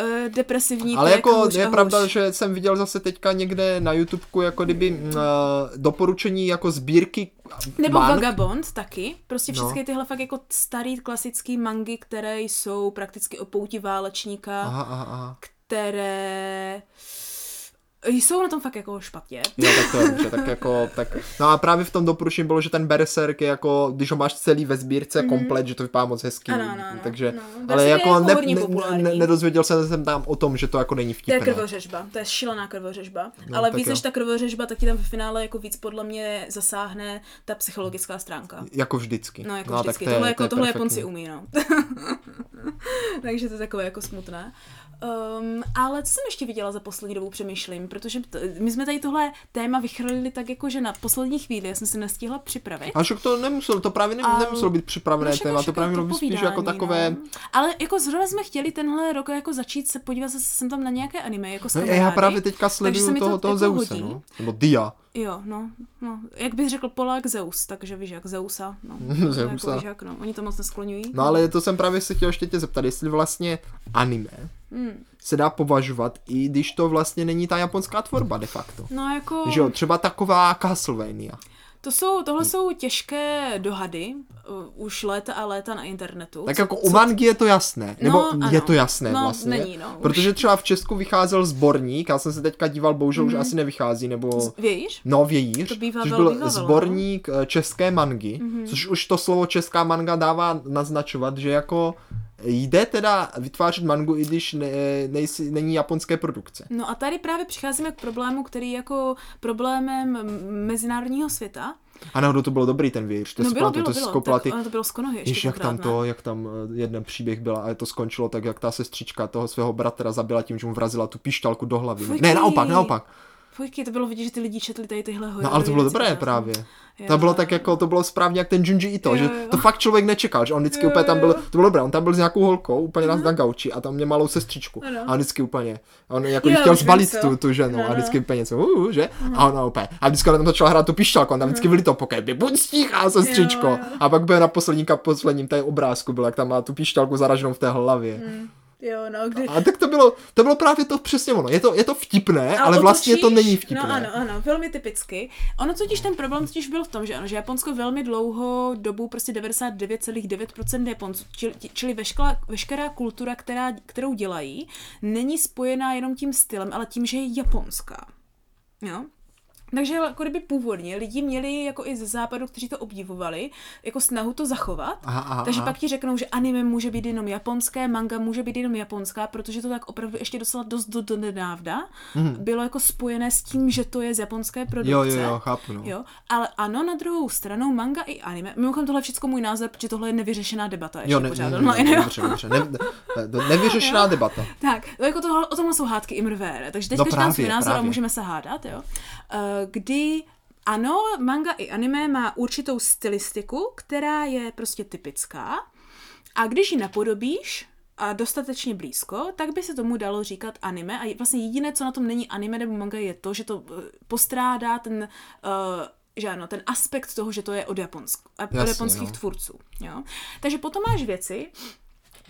S2: uh, depresivní.
S1: Ale
S2: to
S1: jako
S2: kůž
S1: je
S2: a
S1: pravda,
S2: hůř.
S1: že jsem viděl zase teďka někde na YouTubeku jako kdyby mm, eh, doporučení jako sbírky
S2: Nebo
S1: man.
S2: Vagabond taky. Prostě
S1: No.
S2: všechny tyhle fakt jako starý klasický mangy, které jsou prakticky o pouti válečníka,
S1: Aha, aha, aha.
S2: které Jsou na tom fakt jako špatně.
S1: No tak to je dobře, tak jako, tak. No a právě v tom doporučení bylo, že ten berserk je jako, když ho máš celý ve sbírce mm-hmm. komplet, že to vypadá moc hezký.
S2: Mhm. Ano, ano, ano.
S1: takže,
S2: No,
S1: ale
S2: berserk je
S1: jako,
S2: jako
S1: ne,
S2: hodně
S1: ne,
S2: populární.
S1: ne, nedozvěděl jsem se tam o tom, že to jako není
S2: To je
S1: vtipné.
S2: krvořežba, to je šílená krvořežba. No, Ale
S1: tak
S2: víc
S1: jo.
S2: než ta krvořežba, tak ti tam ve finále jako víc podle mě zasáhne ta psychologická stránka.
S1: Jako vždycky.
S2: No jako
S1: tak
S2: vždycky,
S1: to
S2: tohle, jako,
S1: to
S2: tohle
S1: perfektní.
S2: Japonci umí, no. Takže to je takové jako smutné. Um, ale co jsem ještě viděla za poslední dobu, přemýšlím, protože t- my jsme tady tohle téma vychrlili tak jako, že na poslední chvíli já jsem se nestihla připravit.
S1: A šok to nemuselo, to právě ne,
S2: A-
S1: nemuselo být připravené
S2: Naše
S1: téma, to
S2: naše
S1: právě bylo
S2: povídání,
S1: spíš jako takové...
S2: No. Ale jako zrovna jsme chtěli tenhle rok jako začít se podívat zase jsem tam na nějaké anime, jako s
S1: No, já
S2: kamarády.
S1: právě teďka
S2: se
S1: sleduju
S2: mi to
S1: toho, toho
S2: jako
S1: Zeuse,
S2: hodí.
S1: no. Nebo Dia.
S2: Jo, no, no, jak bych řekl Polák Zeus, takže víš jak Zeusa, no.
S1: Zeusa.
S2: Jako, víš jak, no. Oni to moc neskloňují.
S1: No ale to jsem právě se chtěl ještě tě zeptat, jestli vlastně anime
S2: Hmm.
S1: se dá považovat, i když to vlastně není ta japonská tvorba de facto.
S2: No jako,
S1: Že jo, třeba taková Castlevania.
S2: to jsou, tohle jsou těžké dohady, uh, už léta a léta na internetu.
S1: Tak
S2: Co-
S1: jako u mangy je to jasné, nebo
S2: No,
S1: je
S2: ano.
S1: to jasné
S2: No,
S1: vlastně.
S2: není, no, už.
S1: protože třeba v Česku vycházel sborník, já jsem se teďka díval, bohužel
S2: Mhm.
S1: už asi nevychází, nebo...
S2: Víš?
S1: No, vějíř,
S2: To bývá
S1: což
S2: velmi no. Mhm.
S1: byl
S2: bývalo,
S1: sborník eh, české mangy, mm-hmm. což už to slovo česká manga dává naznačovat, že jako jde teda vytvářet mangu, i když ne, nejsi, není japonské produkce.
S2: No a tady právě přicházíme k problému, který je jako problémem m- mezinárodního světa.
S1: Ano, no, to bylo dobrý ten vějíř, to
S2: no
S1: si
S2: bylo,
S1: pamatuju,
S2: bylo,
S1: to si
S2: bylo.
S1: skopla
S2: Tak
S1: ty...
S2: ono to bylo z Konohy ještě
S1: Jež, jak tam
S2: tenkrát, ne?
S1: to, jak tam eh, jeden příběh byla a to skončilo tak, jak ta sestřička toho svého bratra zabila tím, že mu vrazila tu pišťalku do hlavy. ne?
S2: Fuj,
S1: Ne,
S2: ty.
S1: naopak, naopak.
S2: Fujky, to bylo vidět, že ty lidi četli tady tyhle hojové
S1: No ale to bylo
S2: věci,
S1: dobré
S2: že?
S1: právě.
S2: Jo.
S1: To bylo tak jako, to bylo správně jak ten Junji Ito,
S2: Jo,
S1: že
S2: jo.
S1: to fakt člověk nečekal, že on vždycky
S2: Jo,
S1: úplně tam
S2: jo. Mhm.
S1: byl, to bylo dobré, on tam byl s nějakou holkou úplně na, na gauči a tam mě malou sestřičku
S2: Ano.
S1: a on vždycky úplně, on jako
S2: Jo,
S1: jí chtěl
S2: už vím,
S1: zbalit
S2: co.
S1: tu, tu ženu a
S2: Ano. Mhm.
S1: vždycky úplně něco, uh, že? A ona úplně, a vždycky ona tam začala hrát tu pišťalku, on tam vždycky vylito poké, buď stíchá sestřičko.
S2: Jo,
S1: A pak byl na poslední kap, posledním té obrázku byl, jak tam má tu pišťalku zaraženou v té hlavě.
S2: Jo, no, kdy...
S1: A tak to bylo, to bylo právě to přesně ono, je to, je to vtipné,
S2: A
S1: ale vlastně to
S2: otočíš-
S1: není vtipné.
S2: No ano, ano, velmi typicky. Ono totiž ten problém totiž byl v tom, že ano, že Japonsko velmi dlouho dobu prostě 99,9% Japonců, čili, čili veškla, veškerá kultura, která, kterou dělají, není spojená jenom tím stylem, ale tím, že je japonská. Jo? Takže jako kdyby původně lidi měli jako i ze západu, kteří to obdivovali, jako snahu to zachovat.
S1: Aha, aha,
S2: takže
S1: aha.
S2: pak ti řeknou, že anime může být jenom japonské, manga může být jenom japonská, protože to tak opravdu ještě docela dost do, do nedávna bylo jako spojené s tím, že to je z japonské produkce.
S1: Jo, jo, jo, chápu, no.
S2: Jo, ale ano, na druhou stranu manga i anime. Mimochodem tohle je všechno můj názor, protože tohle je nevyřešená debata ještě
S1: Jo, ne,
S2: pořád
S1: ne, ne,
S2: online.
S1: ne,
S2: jo.
S1: dobře, dobře, ne, ne, ne, nevyřešená debata.
S2: Tak, no jako tohle, o tomhle jsou hádky Imrvére, takže teď
S1: No
S2: no každý má svůj
S1: právě,
S2: názor
S1: právě.
S2: a můžeme se hádat, jo. Eh, Kdy ano, manga i anime má určitou stylistiku, která je prostě typická a když ji napodobíš a dostatečně blízko, tak by se tomu dalo říkat anime a je- vlastně jediné, co na tom není anime nebo manga, je to, že to eh, postrádá ten, eh, že ano, ten aspekt toho, že to je od, Japonsk, od
S1: Jasně,
S2: japonských
S1: no.
S2: tvůrců. Jo? Takže potom máš věci,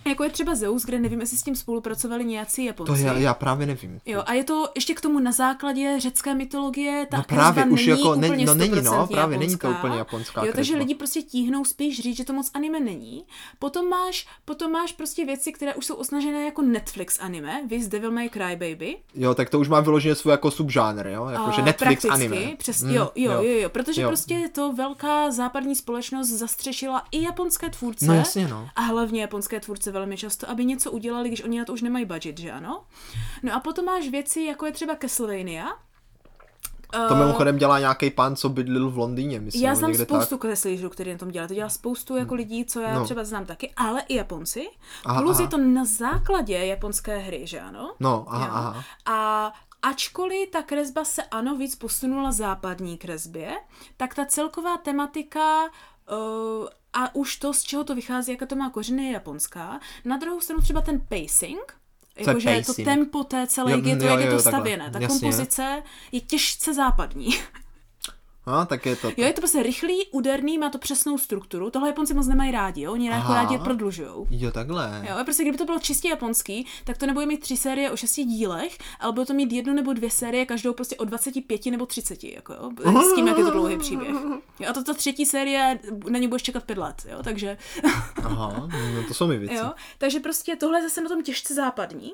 S2: jako je třeba Zeus, kde nevím, jestli s tím spolupracovali nějací
S1: To
S2: Japonci.
S1: já, já právě nevím.
S2: Jo, a je to ještě k tomu na základě řecké mytologie, ta
S1: No právě,
S2: kresba
S1: už
S2: není
S1: jako ne-
S2: úplně
S1: no není, no,
S2: 100%
S1: právě není to
S2: japonská.
S1: úplně japonská
S2: Jo, takže
S1: kresba.
S2: lidi prostě tíhnou spíš říct, že to moc anime není. Potom máš, potom máš prostě věci, které už jsou osnažené jako Netflix anime, viz Devil May Cry Baby.
S1: Jo, tak to už má vyloženě svůj jako subžánr, jo? Jako, že
S2: A
S1: Netflix
S2: Eh, prakticky,
S1: anime.
S2: Přes,
S1: Mm,
S2: jo, jo, jo, jo, protože
S1: Jo.
S2: prostě to velká západní společnost zastřešila i japonské tvůrce.
S1: No jasně, no.
S2: A hlavně japonské tvůrce velmi často, aby něco udělali, když oni na to už nemají budget, že ano? No a potom máš věci, jako je třeba Castlevania.
S1: To
S2: Eh,
S1: mimochodem dělá nějaký pán, co bydlil v Londýně, myslím,
S2: já
S1: nebo
S2: znám
S1: někde
S2: spoustu
S1: tak.
S2: kreslířů, který na tom dělá. To dělá spoustu jako lidí, co já
S1: No.
S2: třeba znám taky, ale i Japonci.
S1: Aha,
S2: Plus
S1: aha.
S2: je to na základě japonské hry, že ano?
S1: No, aha,
S2: Jo.
S1: aha.
S2: A ačkoliv ta kresba se ano víc posunula západní kresbě, tak ta celková tematika uh, a už to, z čeho to vychází, jaká to má kořeny, je japonská. Na druhou stranu třeba ten pacing,
S1: Co je
S2: jakože to
S1: pacing?
S2: tempo té celé
S1: Jo,
S2: hry, to,
S1: jo,
S2: jak
S1: jo,
S2: je
S1: jo,
S2: to
S1: takhle.
S2: stavěné, ta
S1: Jasně.
S2: kompozice je těžce západní.
S1: A, No, tak je to.
S2: Jo, je to prostě rychlý, úderný, má to přesnou strukturu. Tohle Japonci moc nemají rádi, jo? Oni jako
S1: Aha.
S2: rádi je prodlužujou.
S1: Jo, takhle.
S2: Jo, a prostě kdyby to bylo čistě japonský, tak to nebude mít tři série o šesti dílech, ale bude to mít jednu nebo dvě série, každou prostě o 25 nebo 30, jako jo, s tím, jak je to dlouhý příběh. Jo, a to ta třetí série, na ní budeš čekat pět let, jo, takže,
S1: Aha, no to jsou mi věci.
S2: jo, takže prostě tohle je zase na tom těžce západní.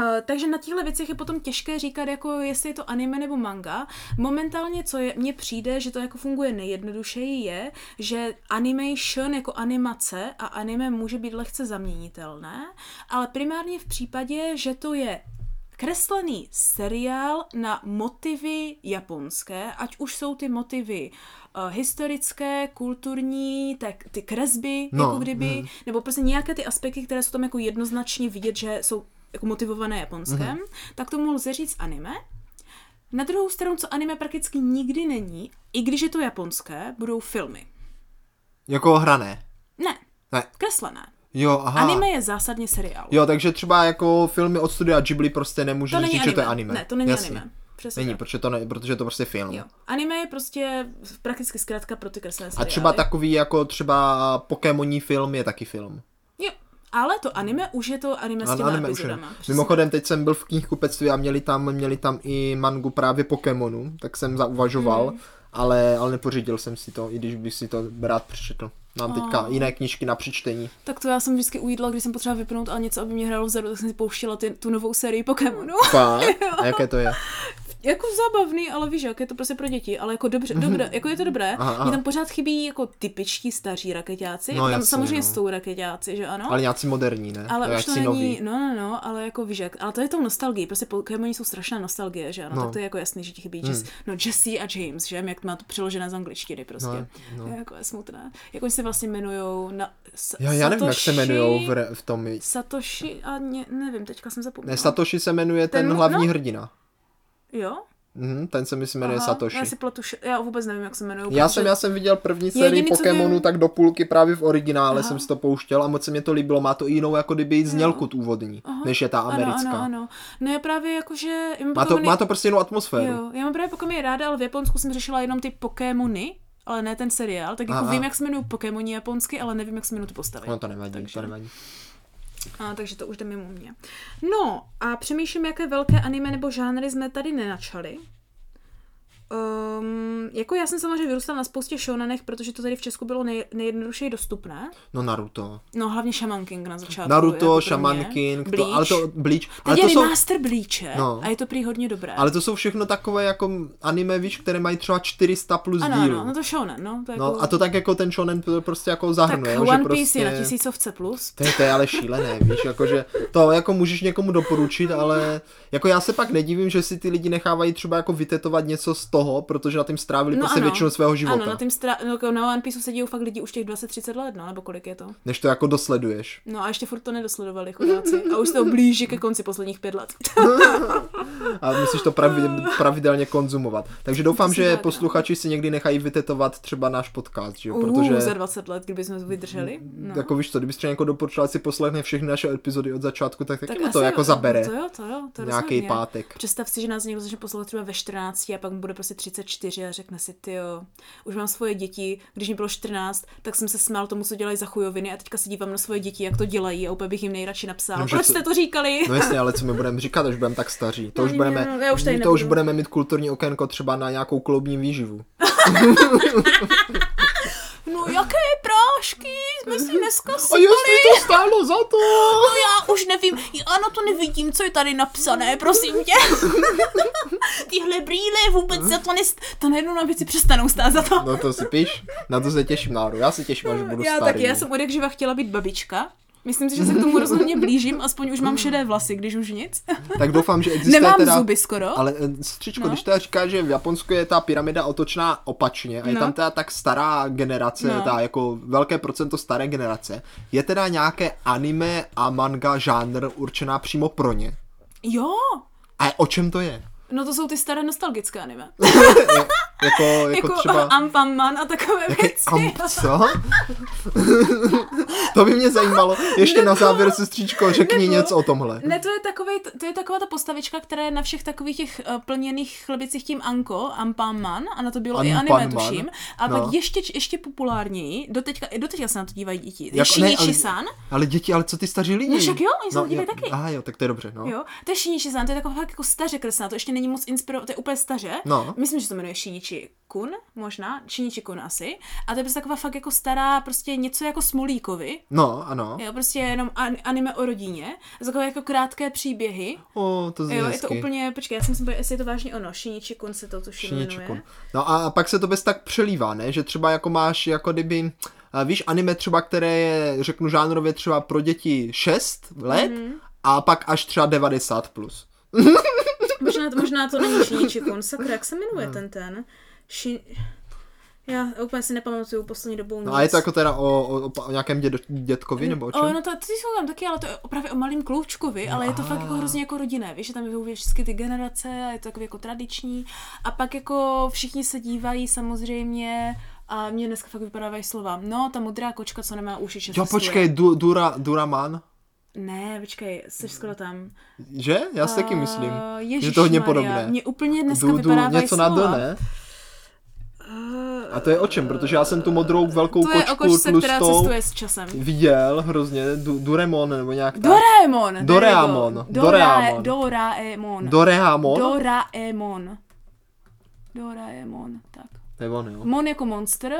S2: Eh, takže na těchto věcech je potom těžké říkat, jako jestli je to anime nebo manga. Momentálně, co je, mně přijde, že to jako funguje nejjednodušeji, je, že animation jako animace a anime může být lehce zaměnitelné, ale primárně v případě, že to je kreslený seriál na motivy japonské, ať už jsou ty motivy eh, historické, kulturní, tak ty kresby,
S1: No,
S2: no, jako kdyby,
S1: mhm.
S2: mm. nebo prostě nějaké ty aspekty, které jsou tam jako jednoznačně vidět, že jsou jako motivované japonskem,
S1: Mhm.
S2: mm. tak tomu lze říct anime. Na druhou stranu, co anime prakticky nikdy není, i když je to japonské, budou filmy.
S1: Jako hrané.
S2: Ne,
S1: Ne.
S2: kreslené.
S1: Jo, aha.
S2: Anime je zásadně seriál.
S1: Jo, takže třeba jako filmy od studia Ghibli prostě nemůžeš
S2: to není
S1: říct,
S2: anime.
S1: že to je anime.
S2: Ne, to není
S1: Jasně.
S2: anime. Přesně.
S1: Není,
S2: tak.
S1: protože to, ne, protože to prostě je film.
S2: Jo. Anime je prostě prakticky zkrátka pro ty kreslené
S1: A
S2: seriály.
S1: třeba takový jako třeba Pokémoní film je taky film.
S2: Jo. Ale to anime už je to anime s
S1: Ano,
S2: těma
S1: anime už ne.
S2: epizodama. Přesně.
S1: Mimochodem, teď jsem byl v knihkupectví a měli tam, měli tam i mangu právě Pokémonu, tak jsem zauvažoval,
S2: Mhm.
S1: mm. ale, ale nepořídil jsem si to, i když bych si to rád přečetl. Mám teďka jiné knížky na přečtení.
S2: Tak to já jsem vždycky ujídla, když jsem potřebovala vypnout ale něco, aby mě hrálo vzadu, tak jsem si pouštěla ty, tu novou sérii Pokémonů.
S1: Fakt? A jaké to je?
S2: jako zábavný, ale víš, jak je to prostě pro děti, ale jako dobře, dobré, jako je to dobré.
S1: Mhm. Aha, aha.
S2: Mně tam pořád chybí jako typičtí staří raketáci,
S1: No,
S2: no, tam
S1: jasně,
S2: samozřejmě
S1: no.
S2: jsou raketáci, že ano?
S1: Ale nějací moderní, ne?
S2: ale už
S1: nějací
S2: to není,
S1: nový.
S2: no, no, no, ale jako víš, jak, ale to je tou nostalgii, prostě Pokémoni jsou strašná nostalgie, že ano,
S1: No. Hmm.
S2: tak to je jako jasný, že ti chybí Jess, no Jesse a James, že jak má to přeložené z angličtiny prostě,
S1: No,
S2: no,
S1: no.
S2: no. jako je smutné, jak oni se vlastně jmenujou na, sa,
S1: Já, já nevím, jak se
S2: Satoshi-
S1: jmenují v, re- v tom.
S2: Satoshi a ne, nevím, teďka jsem zapomněla.
S1: Ne, Satoshi se jmenuje ten,
S2: Ten-
S1: hlavní
S2: no.
S1: hrdina.
S2: Jo?
S1: Mhm, ten se mi jmenuje
S2: Aha,
S1: Satoshi.
S2: Já si pletu, š- já vůbec nevím, jak se jmenují.
S1: Já jsem, já jsem viděl první sérii
S2: Jediný, co
S1: Pokémonů
S2: vím-
S1: tak do půlky právě v originále
S2: Aha.
S1: jsem si to pouštěl a moc se mě to líbilo. Má to i jinou jako kdyby znělku tu úvodní,
S2: Aha.
S1: než je ta americká.
S2: Ano, ano, ano. No já právě jakože... já mám
S1: Má, to,
S2: Pokémony-
S1: má to prostě jinou atmosféru.
S2: Jo, já mám právě Pokémony ráda, ale v Japonsku jsem řešila jenom ty Pokémony, ale ne ten seriál, tak jako
S1: Aha.
S2: vím, jak se jmenují Pokémoni japonsky, ale nevím, jak se jmenují ty postavy.
S1: No to nevadí,
S2: Takže-
S1: to nevadí.
S2: A, takže to už jde mimo mě. No a přemýšlím, jaké velké anime nebo žánry jsme tady nenačali. Um, jako já jsem samozřejmě vyrůstala na spoustě shonenech, protože to tady v Česku bylo nej, nejjednodušeji dostupné.
S1: No Naruto.
S2: No hlavně Shaman King na začátku. jako
S1: Naruto,
S2: pro
S1: Shaman
S2: mě.
S1: King, to,
S2: Bleach.
S1: ale to Bleach. Ale
S2: Teď
S1: to
S2: je
S1: jsou,
S2: remaster Bleache
S1: No.
S2: no. a je to prý hodně dobré.
S1: ale to jsou všechno takové jako anime, víš, které mají třeba 400 plus
S2: ano,
S1: dílů.
S2: ano, no to shonen, no. To je jako...
S1: No a to tak jako ten shonen to prostě jako
S2: tak
S1: zahrnuje. jo, že
S2: One Piece
S1: prostě...
S2: je na tisícovce plus.
S1: To je, to je ale šílené, víš, jakože to jako můžeš někomu doporučit, ale jako já se pak nedivím, že si ty lidi nechávají třeba jako vytetovat něco z toho, protože na tím strávili
S2: No
S1: prostě
S2: ano.
S1: většinu svého života,
S2: Ano, na, tým stra... no, jako na One Piece sedí fakt lidi už těch 20-30 let, no, nebo kolik je to.
S1: než to jako dosleduješ.
S2: No a ještě furt to nedosledovali chudáci. A už to blíží ke konci posledních pět let.
S1: A musíš to pravi- pravidelně konzumovat. Takže doufám,
S2: Přesně
S1: že
S2: Ah. tak, no.
S1: posluchači si někdy nechají vytetovat třeba náš podcast, že jo,
S2: Protože...
S1: protože...
S2: Uh, za 20 let, kdyby jsme vydrželi. No.
S1: Jako víš co, kdyby třeba někoho doporučila si poslechne všechny naše epizody od začátku, tak taky mu
S2: asi
S1: to
S2: jo,
S1: jako zabere
S2: To jo, to jo. To
S1: nějaký
S2: rozhodně.
S1: pátek.
S2: Představ si, že nás někdo začne poslouchat třeba ve 14 a pak mu bude prostě 34 a řekne si, ty jo, už mám svoje děti, když mi bylo 14, tak jsem se smál tomu, co dělají za chujoviny a teďka se dívám na svoje děti, jak to dělají a úplně bych jim nejradši napsal.
S1: No, že
S2: Proč
S1: co-
S2: jste to říkali?
S1: No jasně, ale co my budeme říkat, až budeme tak staří. To
S2: No,
S1: už
S2: ne,
S1: budeme,
S2: no, já už tady
S1: to už
S2: nebudu.
S1: budeme mít kulturní okénko třeba na nějakou kloubní výživu.
S2: No jaké prášky jsme si dneska
S1: A
S2: sypali?
S1: jestli to stálo za to!
S2: No já už nevím, ano to nevidím, co je tady napsané, prosím tě. Tyhle brýle vůbec za to nest... To najednou na věci přestanou stát za to.
S1: No to si píš, na to se těším, Náru. Já se těším, až budu
S2: já
S1: starý. no.
S2: taky, já jsem od jak živa chtěla být babička. Myslím si, že se k tomu rozhodně blížím, aspoň už mám šedé vlasy, když už nic.
S1: Tak doufám, že existuje
S2: Nemám
S1: teda...
S2: zuby skoro.
S1: Ale eh, střičko, no.
S2: No.
S1: když teda říká, že v Japonsku je ta pyramida otočná opačně a je
S2: No.
S1: tam teda tak stará generace, no.
S2: No.
S1: ta jako velké procento staré generace, je teda nějaké anime a manga žánr určená přímo pro ně.
S2: Jo,
S1: A o čem to je?
S2: no to jsou ty staré nostalgické anime.
S1: Jako, jako,
S2: Jako,
S1: třeba...
S2: Ampanman a takové věci.
S1: Am, co? to by mě zajímalo. Ještě na závěr, sestřičko, řekni
S2: nebo-
S1: něco o tomhle.
S2: Ne, to je, takový, to je taková ta postavička, která je na všech takových těch eh, plněných chlebicích tím Anko, Ampanman, a na to bylo i
S1: Ampanman,
S2: anime, tuším. A
S1: no.
S2: pak ještě, ještě populárněji, doteďka, doteďka se na to dívají děti, je
S1: Jako- ne, ale-
S2: Shinichi-san.
S1: Ale děti, ale co ty staří lidi?
S2: No však jo, oni se to dívají
S1: jo-
S2: taky.
S1: Aha, jo, tak to je dobře, no.
S2: Jo, to je Shinichi-san, to je taková fakt jako staře kresná, to ještě není moc inspirované, to je úplně staře.
S1: No.
S2: Myslím, že se to jmenuje shinichi Shinichi Kun, možná, Shinichi Kun asi, a to je prostě taková fakt jako stará, prostě něco jako Smolíkovi,
S1: No, ano.
S2: jo, prostě jenom an- anime o rodině, takové jako krátké příběhy,
S1: O, to zní
S2: jo, je to
S1: hezky.
S2: úplně, počkej, já jsem si myslím, jestli je to vážně ono, Shinichi Kun se to tuším
S1: Šiničku.
S2: jmenuje.
S1: No a pak se to bez tak přelívá, ne? Že třeba jako máš, jako kdyby, eh, víš, anime třeba, které je, řeknu žánrově třeba pro děti 6 let
S2: Mhm.
S1: mm-hmm. a pak až třeba 90 plus.
S2: Možná, to- možná to není Shinichi Kun, sakra, jak se jmenuje
S1: Hmm.
S2: ten ten? Shin... Já úplně si nepamatuju poslední dobou nic.
S1: No a je to jako teda o, o, o nějakém dědo, dětkovi nebo o čem?
S2: O, no to, ty jsou tam taky, ale to je právě o malém kloučkovi, ale je to
S1: aha.
S2: fakt jako hrozně jako rodinné, víš, že tam jsou všechny ty generace a je to takový jako tradiční a pak jako všichni se dívají samozřejmě a mě dneska fakt vypadávají slova. No, ta modrá kočka, co nemá uši, že
S1: jo,
S2: cestuje.
S1: počkej, du, Dura, Duraman,
S2: Ne, počkej, jsi skoro tam.
S1: že? Já si taky myslím,
S2: Eh,
S1: že to hodně
S2: ježišmarja,
S1: podobné.
S2: Mě úplně dneska
S1: du, du,
S2: vypadávají
S1: něco na
S2: slova.
S1: D, ne?
S2: Eh,
S1: A to je o čem? Protože já jsem tu modrou velkou
S2: to je o
S1: kočku
S2: kočce, která
S1: tlustou
S2: cestuje s časem.
S1: viděl hrozně, du, Duremon nebo nějak tak.
S2: Doraemon! there you go.
S1: Doraemon,
S2: Dora,
S1: Doraemon.
S2: Doraemon.
S1: Dorehamon?
S2: Doraemon. Doraemon, tak.
S1: To je on, jo.
S2: Mon jako monster,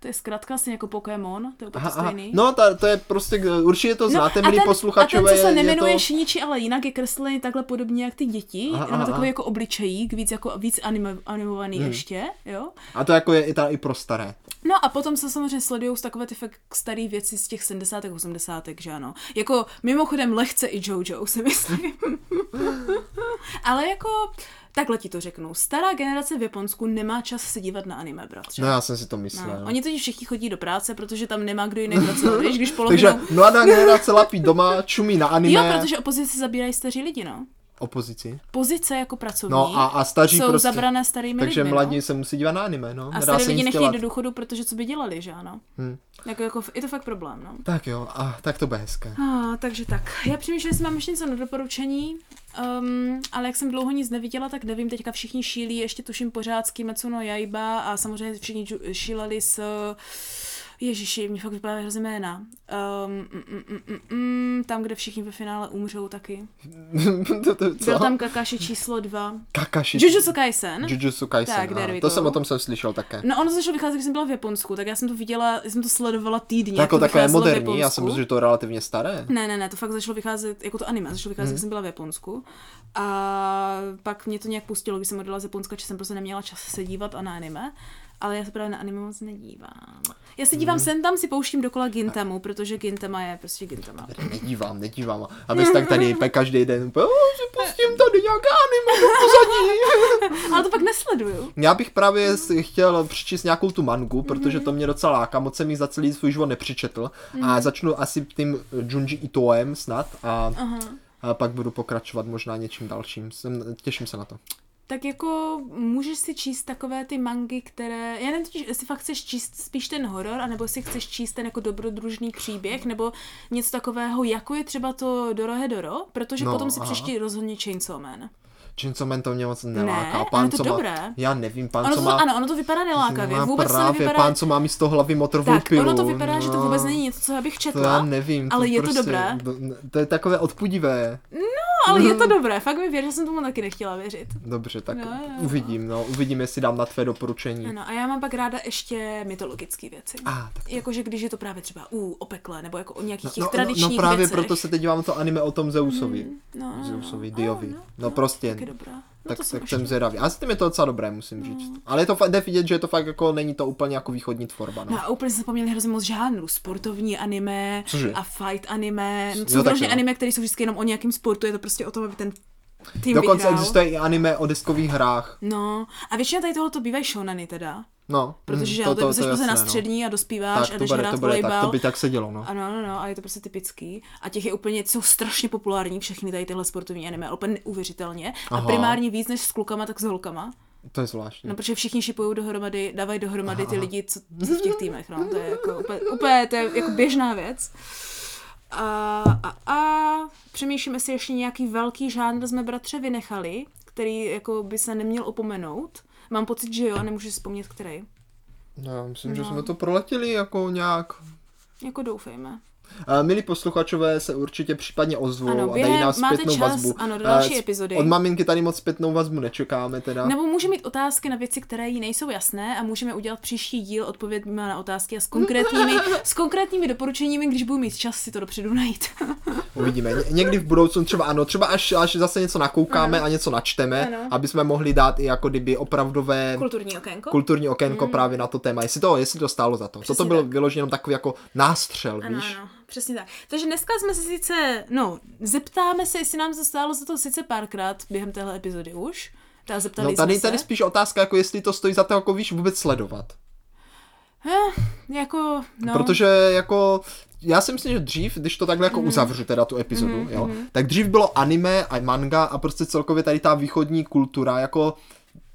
S2: to je zkrátka asi jako Pokémon, to je úplně
S1: Aha,
S2: to
S1: aha.
S2: stejný. No,
S1: No, ta, to je prostě, určitě to znáte,
S2: a
S1: milí
S2: ten-
S1: posluchačové.
S2: A ten, co
S1: je-
S2: se
S1: je
S2: nemenuje
S1: to...
S2: Shinichi, ale jinak je kreslený takhle podobně jak ty děti,
S1: Aha,
S2: aha, jenom
S1: aha,
S2: má
S1: aha.
S2: takový jako obličejík, víc, jako, víc anime, animovaný hmm. ještě, jo.
S1: A to jako je i, ta, i pro staré.
S2: No a potom se samozřejmě sledují takové ty fakt staré věci z těch 70. 80. že ano. Jako mimochodem lehce i Jojo, si myslím. Ale jako, takhle ti to řeknu. Stará generace v Japonsku nemá čas se dívat na anime, bratře.
S1: No já jsem si to
S2: No.
S1: myslel.
S2: Oni totiž všichni chodí do práce, protože tam nemá kdo jiný pracovat, víš, když
S1: Takže
S2: polovina...
S1: mladá generace lapí doma, čumí na anime,
S2: Jo, protože opozice zabírají staří lidi, no.
S1: opozici.
S2: Pozice jako pracovní
S1: No a, a staří
S2: jsou
S1: prostě.
S2: zabrané starými
S1: takže
S2: lidmi,
S1: mladí
S2: no.
S1: se musí dívat na anime, no.
S2: A
S1: Nedá
S2: starý
S1: se
S2: lidi
S1: nic
S2: nechtějí
S1: dělat.
S2: do důchodu, protože co by dělali, že ano.
S1: Hm.
S2: Jako, jako, je to fakt problém, no.
S1: Tak jo, a tak to bude hezké.
S2: Ah, takže tak. Já přemýšlím, jestli mám ještě něco na doporučení, um, ale jak jsem dlouho nic neviděla, tak nevím, teďka všichni šílí, ještě tuším pořád s Kimetsu no Yaiba a samozřejmě všichni džu- šíleli s... Ježiši, mě fakt vypadá hrozně jména. Um, mm, mm, mm, mm, mm, tam, kde všichni ve finále umřou taky.
S1: to, to,
S2: Byl
S1: co?
S2: tam Kakashi číslo 2.
S1: Kakashi.
S2: Jujutsu Kaisen.
S1: Jujutsu Kaisen,
S2: Tak, there
S1: ano.
S2: we
S1: to
S2: go.
S1: jsem o tom jsem slyšel také.
S2: No ono začalo vycházet, když jsem byla v Japonsku, tak já jsem to viděla, jsem to sledovala týdně.
S1: To
S2: jak to
S1: jako takové
S2: vycházelo v
S1: moderní, já si
S2: Japonsku.
S1: myslím, že to je relativně staré.
S2: Ne, ne, ne, to fakt začalo vycházet, jako to anime, začalo vycházet, hmm. když jsem byla v Japonsku. A pak mě to nějak pustilo, když jsem odjela z Japonska, že jsem prostě neměla čas se dívat a na anime. Ale já se právě na anime moc nedívám. Já se dívám sem tam, si pouštím dokola Gintamu, protože Gintama je prostě Gintama.
S1: Nedívám, nedívám. A bez tak tady pe každý den, úplně, "O, si pustím tady nějaké anime do pozadí.
S2: Ale to pak nesleduju.
S1: Já bych právě si chtěl přečíst nějakou tu mangu, protože
S2: Mhm.
S1: to mě docela láká, moc jsem ji za celý svůj život nepřečetl. A začnu asi tím Junji Itoem snad a,
S2: Aha.
S1: a pak budu pokračovat možná něčím dalším. Jsem, těším se na to.
S2: Tak jako můžeš si číst takové ty mangy, které... Já nevím, totiž, jestli fakt chceš číst spíš ten horor, anebo jestli chceš číst ten jako dobrodružný příběh, nebo něco takového, jako je třeba to Dorohedoro, protože
S1: No,
S2: no, potom si
S1: aha.
S2: přečti rozhodně Chainsaw Man.
S1: Chainsaw Man to mě moc neláká.
S2: Ne, ale je to
S1: co má,
S2: dobré.
S1: Já nevím, pán,
S2: Ono
S1: co
S2: to,
S1: má...
S2: ano, ono to vypadá nelákavě,
S1: má
S2: vůbec to
S1: právě,
S2: nevypadá...
S1: Pán, co má místo hlavy motorovou
S2: tak,
S1: pilu.
S2: ono to vypadá, že to vůbec
S1: no,
S2: není něco, co já bych
S1: To
S2: četla,
S1: já nevím.
S2: ale je
S1: prostě,
S2: to dobré.
S1: do- ne- To je takové odpudivé.
S2: No, ale je to dobré, fakt mi věř, že jsem tomu taky nechtěla věřit.
S1: Dobře, tak
S2: No, jo, jo.
S1: uvidím, no. Uvidím, jestli dám na tvé doporučení.
S2: Ano, a já mám pak ráda ještě mytologické věci.
S1: A, tak
S2: Jakože když je to právě třeba u o pekle, nebo jako o nějakých těch
S1: no,
S2: tradičních
S1: no, no právě
S2: věcech.
S1: proto se teď dívám na to anime o tom Zeusovi.
S2: No, no,
S1: Zeusovi,
S2: no,
S1: Diovi.
S2: ano,
S1: No, prostě.
S2: taky dobrá. No,
S1: tak,
S2: to jsem No.
S1: tak
S2: ještě-
S1: jsem zvědavý. A s tím je to docela dobré, musím říct. Ale je to fakt, jde vidět, že je to fakt jako, není to úplně jako východní tvorba, no.
S2: No a úplně jsem zapomněla hrozně moc žánru. Sportovní anime
S1: Cože?
S2: a fight anime. No,
S1: Jo,
S2: jsou
S1: tak
S2: různě
S1: jo.
S2: anime, které jsou vždycky jenom o nějakém sportu, je to prostě o tom, aby ten tým
S1: Dokonce
S2: vyhrál.
S1: existuje i anime o deskových hrách.
S2: No, a většina tady tohoto bývají shoneny teda.
S1: No,
S2: Protože
S1: mhm,
S2: mm, to, to, to,
S1: je
S2: na
S1: jasné, no.
S2: střední a dospíváš
S1: Tak
S2: a
S1: to
S2: jdeš
S1: bude,
S2: hrát
S1: to bude, tak to
S2: volejbal.
S1: by tak se dělo, no.
S2: Ano, no, no, a je to prostě typický. A těch je úplně, jsou strašně populární všechny tady tyhle sportovní anime, ale úplně neuvěřitelně. A
S1: Aha.
S2: primárně víc než s klukama, tak s holkama.
S1: To je zvláštní.
S2: No, protože všichni šipují dohromady, dávají dohromady ty lidi, co co v těch týmech, no. To je jako úplně, úplně to je jako běžná věc. A, a, a přemýšlíme si ještě nějaký velký žánr jsme bratře vynechali, který jako by se neměl opomenout. Mám pocit, že jo, a nemůžu si vzpomnět, který.
S1: No, já myslím, že
S2: No.
S1: jsme to proletili jako nějak.
S2: Jako doufejme.
S1: Eh, Milí posluchačové se určitě případně ozvou
S2: Ano,
S1: a dají
S2: během-
S1: nám
S2: máte
S1: zpětnou
S2: čas,
S1: vazbu.
S2: ano, do
S1: Eh,
S2: další
S1: c-
S2: epizody.
S1: Od maminky tady moc zpětnou vazbu nečekáme teda.
S2: Nebo může mít otázky na věci, které jí nejsou jasné a můžeme udělat příští díl odpovědmi na otázky a s konkrétními, s konkrétními doporučeními, když budu mít čas si to dopředu najít.
S1: Uvidíme. Ně- Někdy v budoucnu třeba ano, třeba až, až zase něco nakoukáme a něco načteme,
S2: Ano.
S1: aby jsme mohli dát i jako kdyby opravdové
S2: Kulturní okénko.
S1: kulturní okénko právě na to téma. Jestli to, jestli to stálo za to. Toto
S2: Mm. Přesně
S1: byl
S2: tak.
S1: vyloženě jenom takový jako nástřel,
S2: Ano,
S1: víš?
S2: ano, přesně tak. Takže dneska jsme se sice, no, zeptáme se, jestli nám to stálo za to sice párkrát během téhle epizody už. Teda zeptali
S1: No tady,
S2: jsme se.
S1: tady spíš otázka, jako jestli to stojí za to, jako víš, vůbec sledovat.
S2: Eh, jako, no.
S1: Protože jako já si myslím, že dřív, když to takhle jako
S2: Mhm.
S1: uzavřu teda tu epizodu, jo, tak dřív bylo anime a manga a prostě celkově tady ta východní kultura jako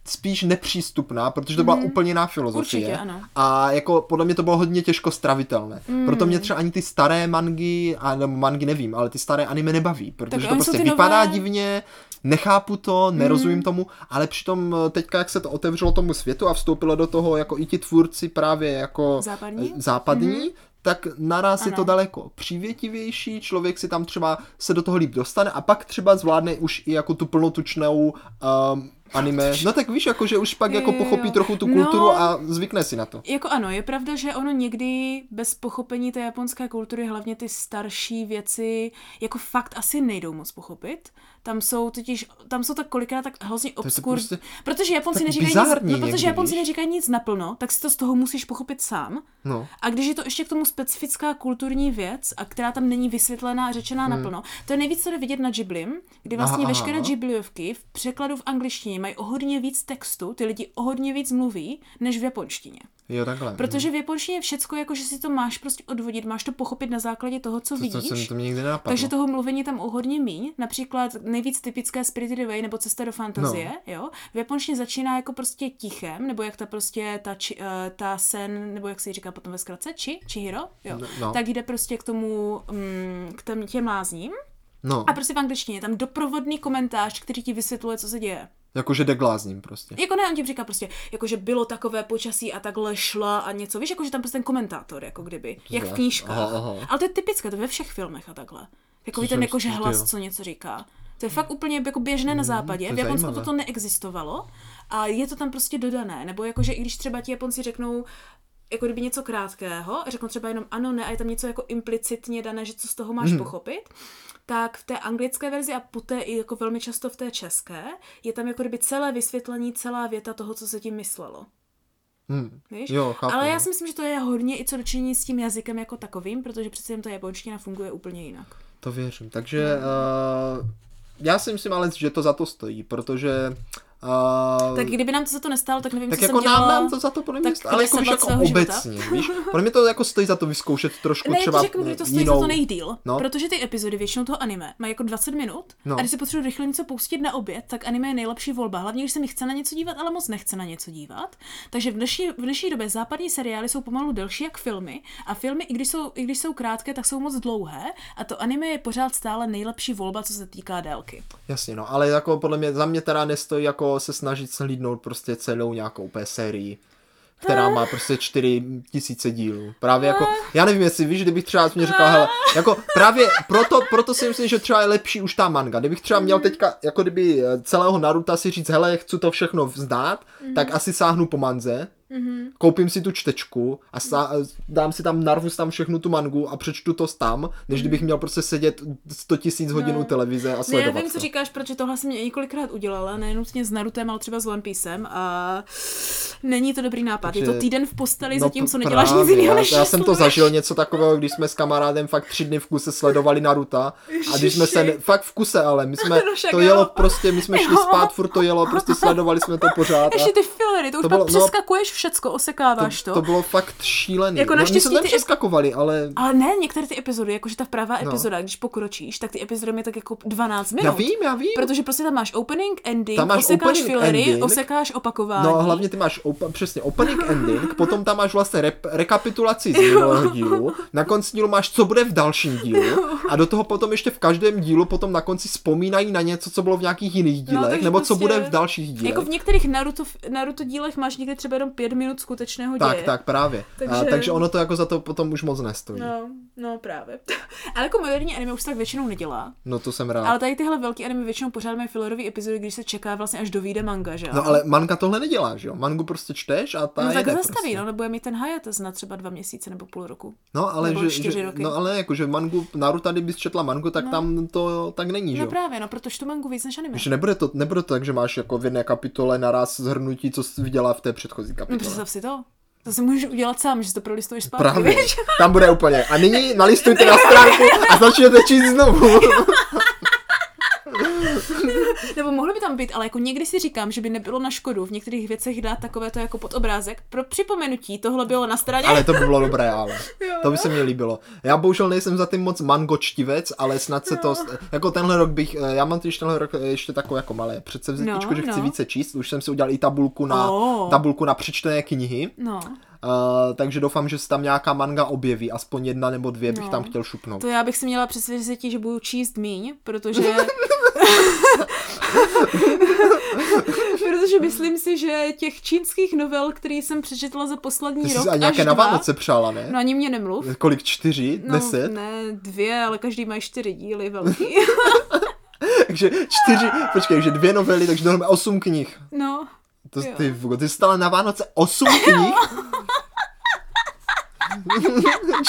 S1: spíš nepřístupná, protože to byla úplně jiná filozofie.
S2: Mhm. Určitě, ano. Mhm.
S1: A jako podle mě to bylo hodně těžko stravitelné. Proto mě třeba ani ty staré mangy, a nebo mangy nevím, ale ty staré anime nebaví, protože to
S2: oni jsou
S1: prostě
S2: ty
S1: vypadá
S2: nové-
S1: divně, nechápu to, nerozumím
S2: Hmm.
S1: tomu, ale přitom eh, teďka, jak se to otevřelo tomu světu a vstoupilo do toho jako i ti tvůrci právě jako
S2: Západní? Mhm.
S1: západní, tak naraz je to
S2: Ano.
S1: daleko přívětivější, člověk si tam třeba se do toho líp dostane a pak třeba zvládne už i jako tu plnotučnou um, anime. No tak víš, jako že už pak jako
S2: Jo,
S1: pochopí
S2: jo.
S1: trochu tu kulturu
S2: No.
S1: a zvykne si na to.
S2: Jako ano, je pravda, že ono někdy bez pochopení té japonské kultury, hlavně ty starší věci, jako fakt asi nejdou moc pochopit. Tam jsou totiž, tam jsou tak kolikrát tak hrozně
S1: je to
S2: obskur.
S1: prostě
S2: protože Japonci
S1: tak
S2: neříkají
S1: bizarní
S2: nic, no,
S1: někdy,
S2: protože Japonci
S1: víš?
S2: neříkají nic naplno, tak si to z toho musíš pochopit sám.
S1: No.
S2: A když je to ještě k tomu specifická kulturní věc, a která tam není vysvětlená a řečená hmm. naplno, to je nejvíc, co jde vidět na Ghiblim, kdy vlastně
S1: Aha,
S2: aha,
S1: aha.
S2: veškeré Ghibliovky v překladu v angličtině mají o hodně víc textu, ty lidi o hodně víc mluví, než v japonštině.
S1: Jo, takhle. no.
S2: Protože v japonštině je všecko, jako že si to máš prostě odvodit, máš to pochopit na základě toho, co
S1: to, to,
S2: vidíš.
S1: to, no. to mě nikdy nenapadlo.
S2: takže toho mluvení tam o hodně míň, například nejvíc typické Spirited Away nebo Cesta do fantazie, no. jo. V japonštině začíná jako prostě tichem, nebo jak ta prostě ta, či, uh, ta sen, nebo jak se jí říká potom ve zkratce, či, Chihiro, jo.
S1: No, no.
S2: Tak jde prostě k tomu, um, k těm, těm lázním.
S1: No,
S2: A prostě v angličtině je tam doprovodný komentář, který ti vysvětluje, co se děje.
S1: jakože jde k lázním prostě.
S2: Jako ne, on ti říká prostě, jako že bylo takové počasí a takhle šla a něco, víš, jako že tam prostě ten komentátor, jako kdyby, jak v
S1: zvláštní.
S2: knížkách.
S1: Aha, aha.
S2: Ale to je typické, to je ve všech filmech a takhle. Jako
S1: jsem
S2: ten jako, že
S1: si- tyjo.
S2: hlas, co něco říká. To je fakt úplně jako běžné na
S1: Hmm, to
S2: západě,
S1: je
S2: v Japonsku
S1: zajímavé.
S2: toto neexistovalo a je to tam prostě dodané, nebo jako, že i když třeba ti Japonci řeknou, jako kdyby něco krátkého, a řeknou třeba jenom ano, ne, a je tam něco jako implicitně dané, že co z toho
S1: Hmm.
S2: máš pochopit, tak v té anglické verzi a poté i jako velmi často v té české, je tam jako kdyby celé vysvětlení, celá věta toho, co se tím myslelo.
S1: Hm.
S2: Víš?
S1: Jo, chápu.
S2: Ale já
S1: no.
S2: si myslím, že to je hodně i co dočinění s tím jazykem jako takovým, protože přece jen ta japonština funguje úplně jinak.
S1: To věřím. Takže
S2: No.
S1: uh, já si myslím ale, že to za to stojí, protože uh,
S2: Tak kdyby nám to za to nestálo, tak nevím,
S1: tak
S2: co
S1: jako
S2: jsem dělala.
S1: nám, nám to za to podle mě
S2: tak
S1: stojí, ale jako
S2: jsem
S1: víš,
S2: od
S1: jako
S2: svého života.
S1: obecně, víš, podle mě to jako stojí za to vyzkoušet trošku
S2: Ne, já
S1: jako třeba
S2: ti řeknu, kdy to stojí
S1: jinou...
S2: za to nejdíl.
S1: No.
S2: No. Protože ty epizody většinou toho anime mají jako 20 minut.
S1: No.
S2: No. A když si potřebuji rychle něco pustit na oběd, tak anime je nejlepší volba. Hlavně, když se mi chce na něco dívat, ale moc nechce na něco dívat. Takže v dnešní, v dnešní době západní seriály jsou pomalu delší jak filmy. A filmy, i když, jsou, i když jsou krátké, tak jsou moc dlouhé. A to anime je pořád stále nejlepší volba, co se týká délky.
S1: Jasně, no, ale jako podle mě, za mě teda nestojí jako se snažit slídnout prostě celou nějakou úplně sérii, která má prostě čtyři tisíce dílů. Právě jako, já nevím, jestli víš, kdybych třeba mě říkal, hele, jako právě proto, proto si myslím, že třeba je lepší už ta manga. Kdybych třeba měl teďka, jako kdyby eh, celého Naruta si říct, hele, chci to všechno vzdát,
S2: Mhm.
S1: tak asi sáhnu po manze, koupím si tu čtečku a sa, dám si tam, narvu si tam všechnu tu mangu a přečtu to tam, než kdybych měl prostě sedět 100 tisíc hodin u televize a
S2: Ne, Mhm. No. já
S1: sledovat
S2: vím, co
S1: to.
S2: říkáš, protože tohle jsem mě několikrát udělala, nenutně s Narutem, ale třeba s One Piecem a není to dobrý nápad. Je
S1: Takže-
S2: to týden v posteli,
S1: No
S2: zatímco
S1: p-
S2: neděláš nic
S1: právě,
S2: jiného,
S1: já-
S2: než
S1: Já jsem to
S2: sleduješ.
S1: zažil něco takového, když jsme s kamarádem fakt tři dny v kuse sledovali Naruta. A když jsme se, ne-
S2: Ježiši.
S1: fakt v kuse, ale my jsme,
S2: No však
S1: to jelo
S2: jo.
S1: prostě, my jsme šli
S2: Jo.
S1: spát, furt to jelo, prostě sledovali jsme to pořád.
S2: Ještě
S1: A
S2: ty filery, to,
S1: To
S2: už bylo,
S1: bylo-
S2: pak
S1: no,
S2: přeskakuješ všecko, osekáváš to.
S1: to, to bylo fakt šílený.
S2: Jako
S1: No, my jsme
S2: naštěstí
S1: tam
S2: ty-
S1: přeskakovali, ale
S2: Ale ne, některé ty epizody, jakože ta pravá epizoda, když pokročíš, tak ty epizody mají tak jako 12 minut.
S1: No. já vím, já vím.
S2: Protože prostě tam máš opening, ending,
S1: Tam máš
S2: osekáš
S1: opening,
S2: filery,
S1: ending.
S2: osekáš opakování.
S1: No hlavně ty máš opa- přesně opening ending, potom tam máš vlastně rep- rekapitulaci z minulého dílu, na konci dílu máš, co bude v dalším dílu a do toho potom ještě v každém dílu potom na konci vzpomínají na něco, co bylo v nějakých jiných dílech,
S2: takže
S1: nebo co
S2: prostě-
S1: bude v dalších dílech.
S2: Jako v některých Naruto, Naruto dílech máš někde třeba jenom pět minut skutečného děje.
S1: Tak, tak, právě. Takže... A,
S2: Takže-
S1: takže ono to jako za to potom už moc nestojí.
S2: No, No právě. Ale jako moderní anime už tak většinou nedělá.
S1: No to jsem rád.
S2: Ale tady tyhle velký anime většinou pořád mají fillerový epizody, když se čeká vlastně až dovíde manga, že jo?
S1: No ale manga tohle nedělá, že jo? Mangu prostě čteš a ta
S2: no tak
S1: jede
S2: ho zastaví,
S1: prostě.
S2: no, nebo je mít ten hiatus na třeba dva měsíce nebo půl roku.
S1: No, ale
S2: Nebo
S1: že,
S2: čtyři
S1: že
S2: roky.
S1: no ale jakože mangu, Naruto, kdybys četla mangu, tak no. tam to tak není, že
S2: No
S1: jo?
S2: právě, no protože tu mangu víc než anime.
S1: Že nebude to, nebude to tak, že máš jako v jedné kapitole naraz zhrnutí, co jsi viděla v té předchozí
S2: No
S1: kapitole.
S2: představ si to. To si můžeš udělat sám, že si to prolistuješ zpátky,
S1: Právě,
S2: víš?
S1: tam bude úplně. A nyní nalistujte na stránku a začněte číst znovu.
S2: Nebo mohlo by tam být, ale jako někdy si říkám, že by nebylo na škodu v některých věcech dát takové to jako podobrázek. Pro připomenutí tohle bylo na straně.
S1: Ale to by bylo dobré, ale.
S2: Jo,
S1: To by se mi líbilo. Já bohužel nejsem za tím moc mango čtivec, ale snad se to,
S2: No.
S1: jako tenhle rok bych, eh, já mám totiž tenhle rok eh, ještě takovou jako malé předsevzetničku,
S2: No,
S1: že chci
S2: no.
S1: více číst, už jsem si udělal i tabulku na,
S2: Oh.
S1: tabulku na přečtené knihy,
S2: No,
S1: uh, takže doufám, že se tam nějaká manga objeví, aspoň jedna nebo dvě bych
S2: No.
S1: tam chtěl šupnout.
S2: to já bych si měla přesvědčit, že budu číst míň, protože... protože myslím si, že těch čínských novel, které jsem přečetla za poslední
S1: Ty jsi
S2: rok
S1: si a nějaké
S2: až
S1: na
S2: dva,
S1: Vánoce přála, ne?
S2: No ani mě nemluv.
S1: Kolik, čtyři,
S2: No,
S1: deset?
S2: ne, dvě, ale každý má čtyři díly velký.
S1: Takže čtyři, počkej, takže dvě novely, takže dohromady osm knih.
S2: No,
S1: To,
S2: Jo.
S1: ty, vůbec- ty jsi stala na Vánoce osm knih?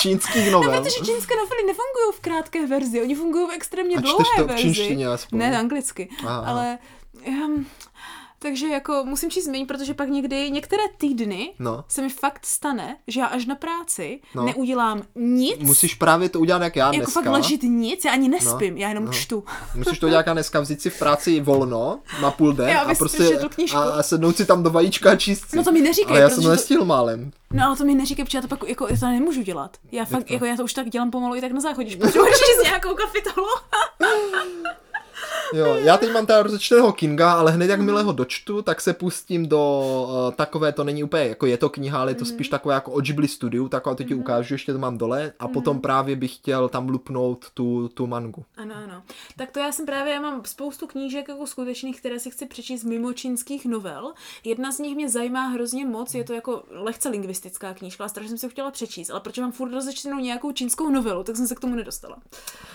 S1: Čínských novel.
S2: No, protože čínské novely nefungují v krátké verzi, oni fungují v extrémně
S1: A čteš
S2: dlouhé
S1: to v
S2: verzi.
S1: čínštině aspoň?
S2: Ne, anglicky.
S1: Aha.
S2: Ale um, takže jako musím číst méně, protože pak někdy, některé týdny
S1: No.
S2: se mi fakt stane, že já až na práci
S1: No.
S2: neudělám nic,
S1: Musíš právě to udělat jak já
S2: jako
S1: dneska.
S2: fakt ležit nic, já ani nespím,
S1: No,
S2: já jenom
S1: no.
S2: čtu.
S1: Musíš to udělat jak já dneska, vzít si v práci volno na půl den
S2: Já,
S1: a
S2: abys
S1: prostě
S2: přečetl knižku.
S1: a, a sednout si tam do vajíčka a číst si.
S2: No to mi neříkej,
S1: Ale já jsem
S2: protože
S1: to
S2: to-
S1: nestihl málem.
S2: No ale to mi neříkej, protože já to pak jako, já to nemůžu dělat. Já fakt, jako já to už tak dělám pomalu i tak na záchodě, že potřebuji číst nějakou kapitolu.
S1: Jo, já teď mám teda rozečteného Kinga, ale hned jakmile
S2: Mhm.
S1: ho dočtu, tak se pustím do uh, takové, to není úplně, jako je to kniha, ale je to spíš
S2: Mhm.
S1: takové jako od Ghibli Studiu, tak to ti ukážu, ještě to mám dole
S2: Mhm.
S1: a potom právě bych chtěl tam lupnout tu, tu mangu.
S2: Ano, ano. Tak to já jsem právě, já mám spoustu knížek jako skutečných, které si chci přečíst mimo čínských novel. Jedna z nich mě zajímá hrozně moc, je to jako lehce lingvistická knížka, ale strašně jsem si ho chtěla přečíst, ale protože mám furt rozečtenou nějakou čínskou novelu, tak jsem se k tomu nedostala.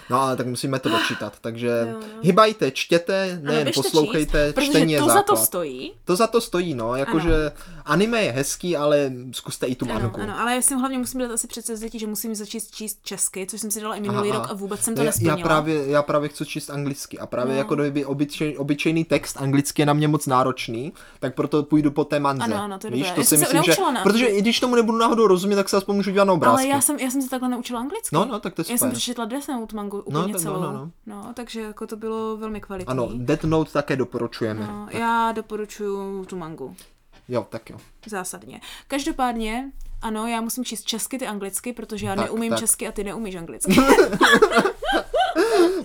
S1: No ale tak musíme to dočítat, takže
S2: Jo, no.
S1: hybajte, čtěte,
S2: Ano,
S1: nejen
S2: běžte
S1: poslouchejte,
S2: číst,
S1: čtení je
S2: protože to za to
S1: základ.
S2: stojí.
S1: To za to stojí, no, jakože anime je hezký, ale zkuste i tu
S2: Ano,
S1: mangu.
S2: ano, ale já jsem hlavně musím dát asi předsevzetí, že musím začít číst česky, což jsem si dala i minulý
S1: Aha,
S2: rok
S1: aha.
S2: a vůbec jsem
S1: No
S2: to
S1: já,
S2: nesplnila.
S1: já, právě, já právě chci číst anglicky a právě
S2: No.
S1: jako kdyby obyčej, obyčejný text anglicky je na mě moc náročný, tak proto půjdu po té manze.
S2: Ano, ano, to je
S1: Víš,
S2: dobré.
S1: to
S2: Já
S1: si
S2: jsem se
S1: myslím, že...
S2: naučila na-
S1: Protože i když tomu nebudu náhodou rozumět, tak se aspoň můžu dělat na
S2: Ale
S1: obrázky.
S2: já jsem, já jsem se takhle neučila anglicky.
S1: No, no, tak to je
S2: Já jsem
S1: super.
S2: přečetla Death Note mangu úplně
S1: tak no,
S2: celou.
S1: no, no.
S2: no, takže jako to bylo velmi kvalitní.
S1: Ano, Death Note také doporučujeme.
S2: No, já doporučuju tu mangu.
S1: Jo, tak jo.
S2: Zásadně. Každopádně, ano, já musím číst česky, ty anglicky, protože já
S1: Tak,
S2: neumím
S1: tak.
S2: česky a ty neumíš anglicky.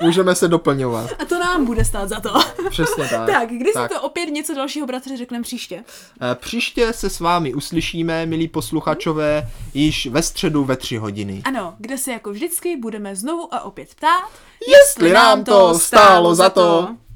S1: Můžeme se doplňovat.
S2: A to nám bude stát za to.
S1: Přesně tak.
S2: tak, když
S1: tak.
S2: si to opět něco dalšího, bratře, řekneme příště.
S1: Eh, Příště se s vámi uslyšíme, milí posluchačové, již ve středu ve tři hodiny.
S2: Ano, kde se jako vždycky budeme znovu a opět ptát,
S1: Jestli nám to stálo za to.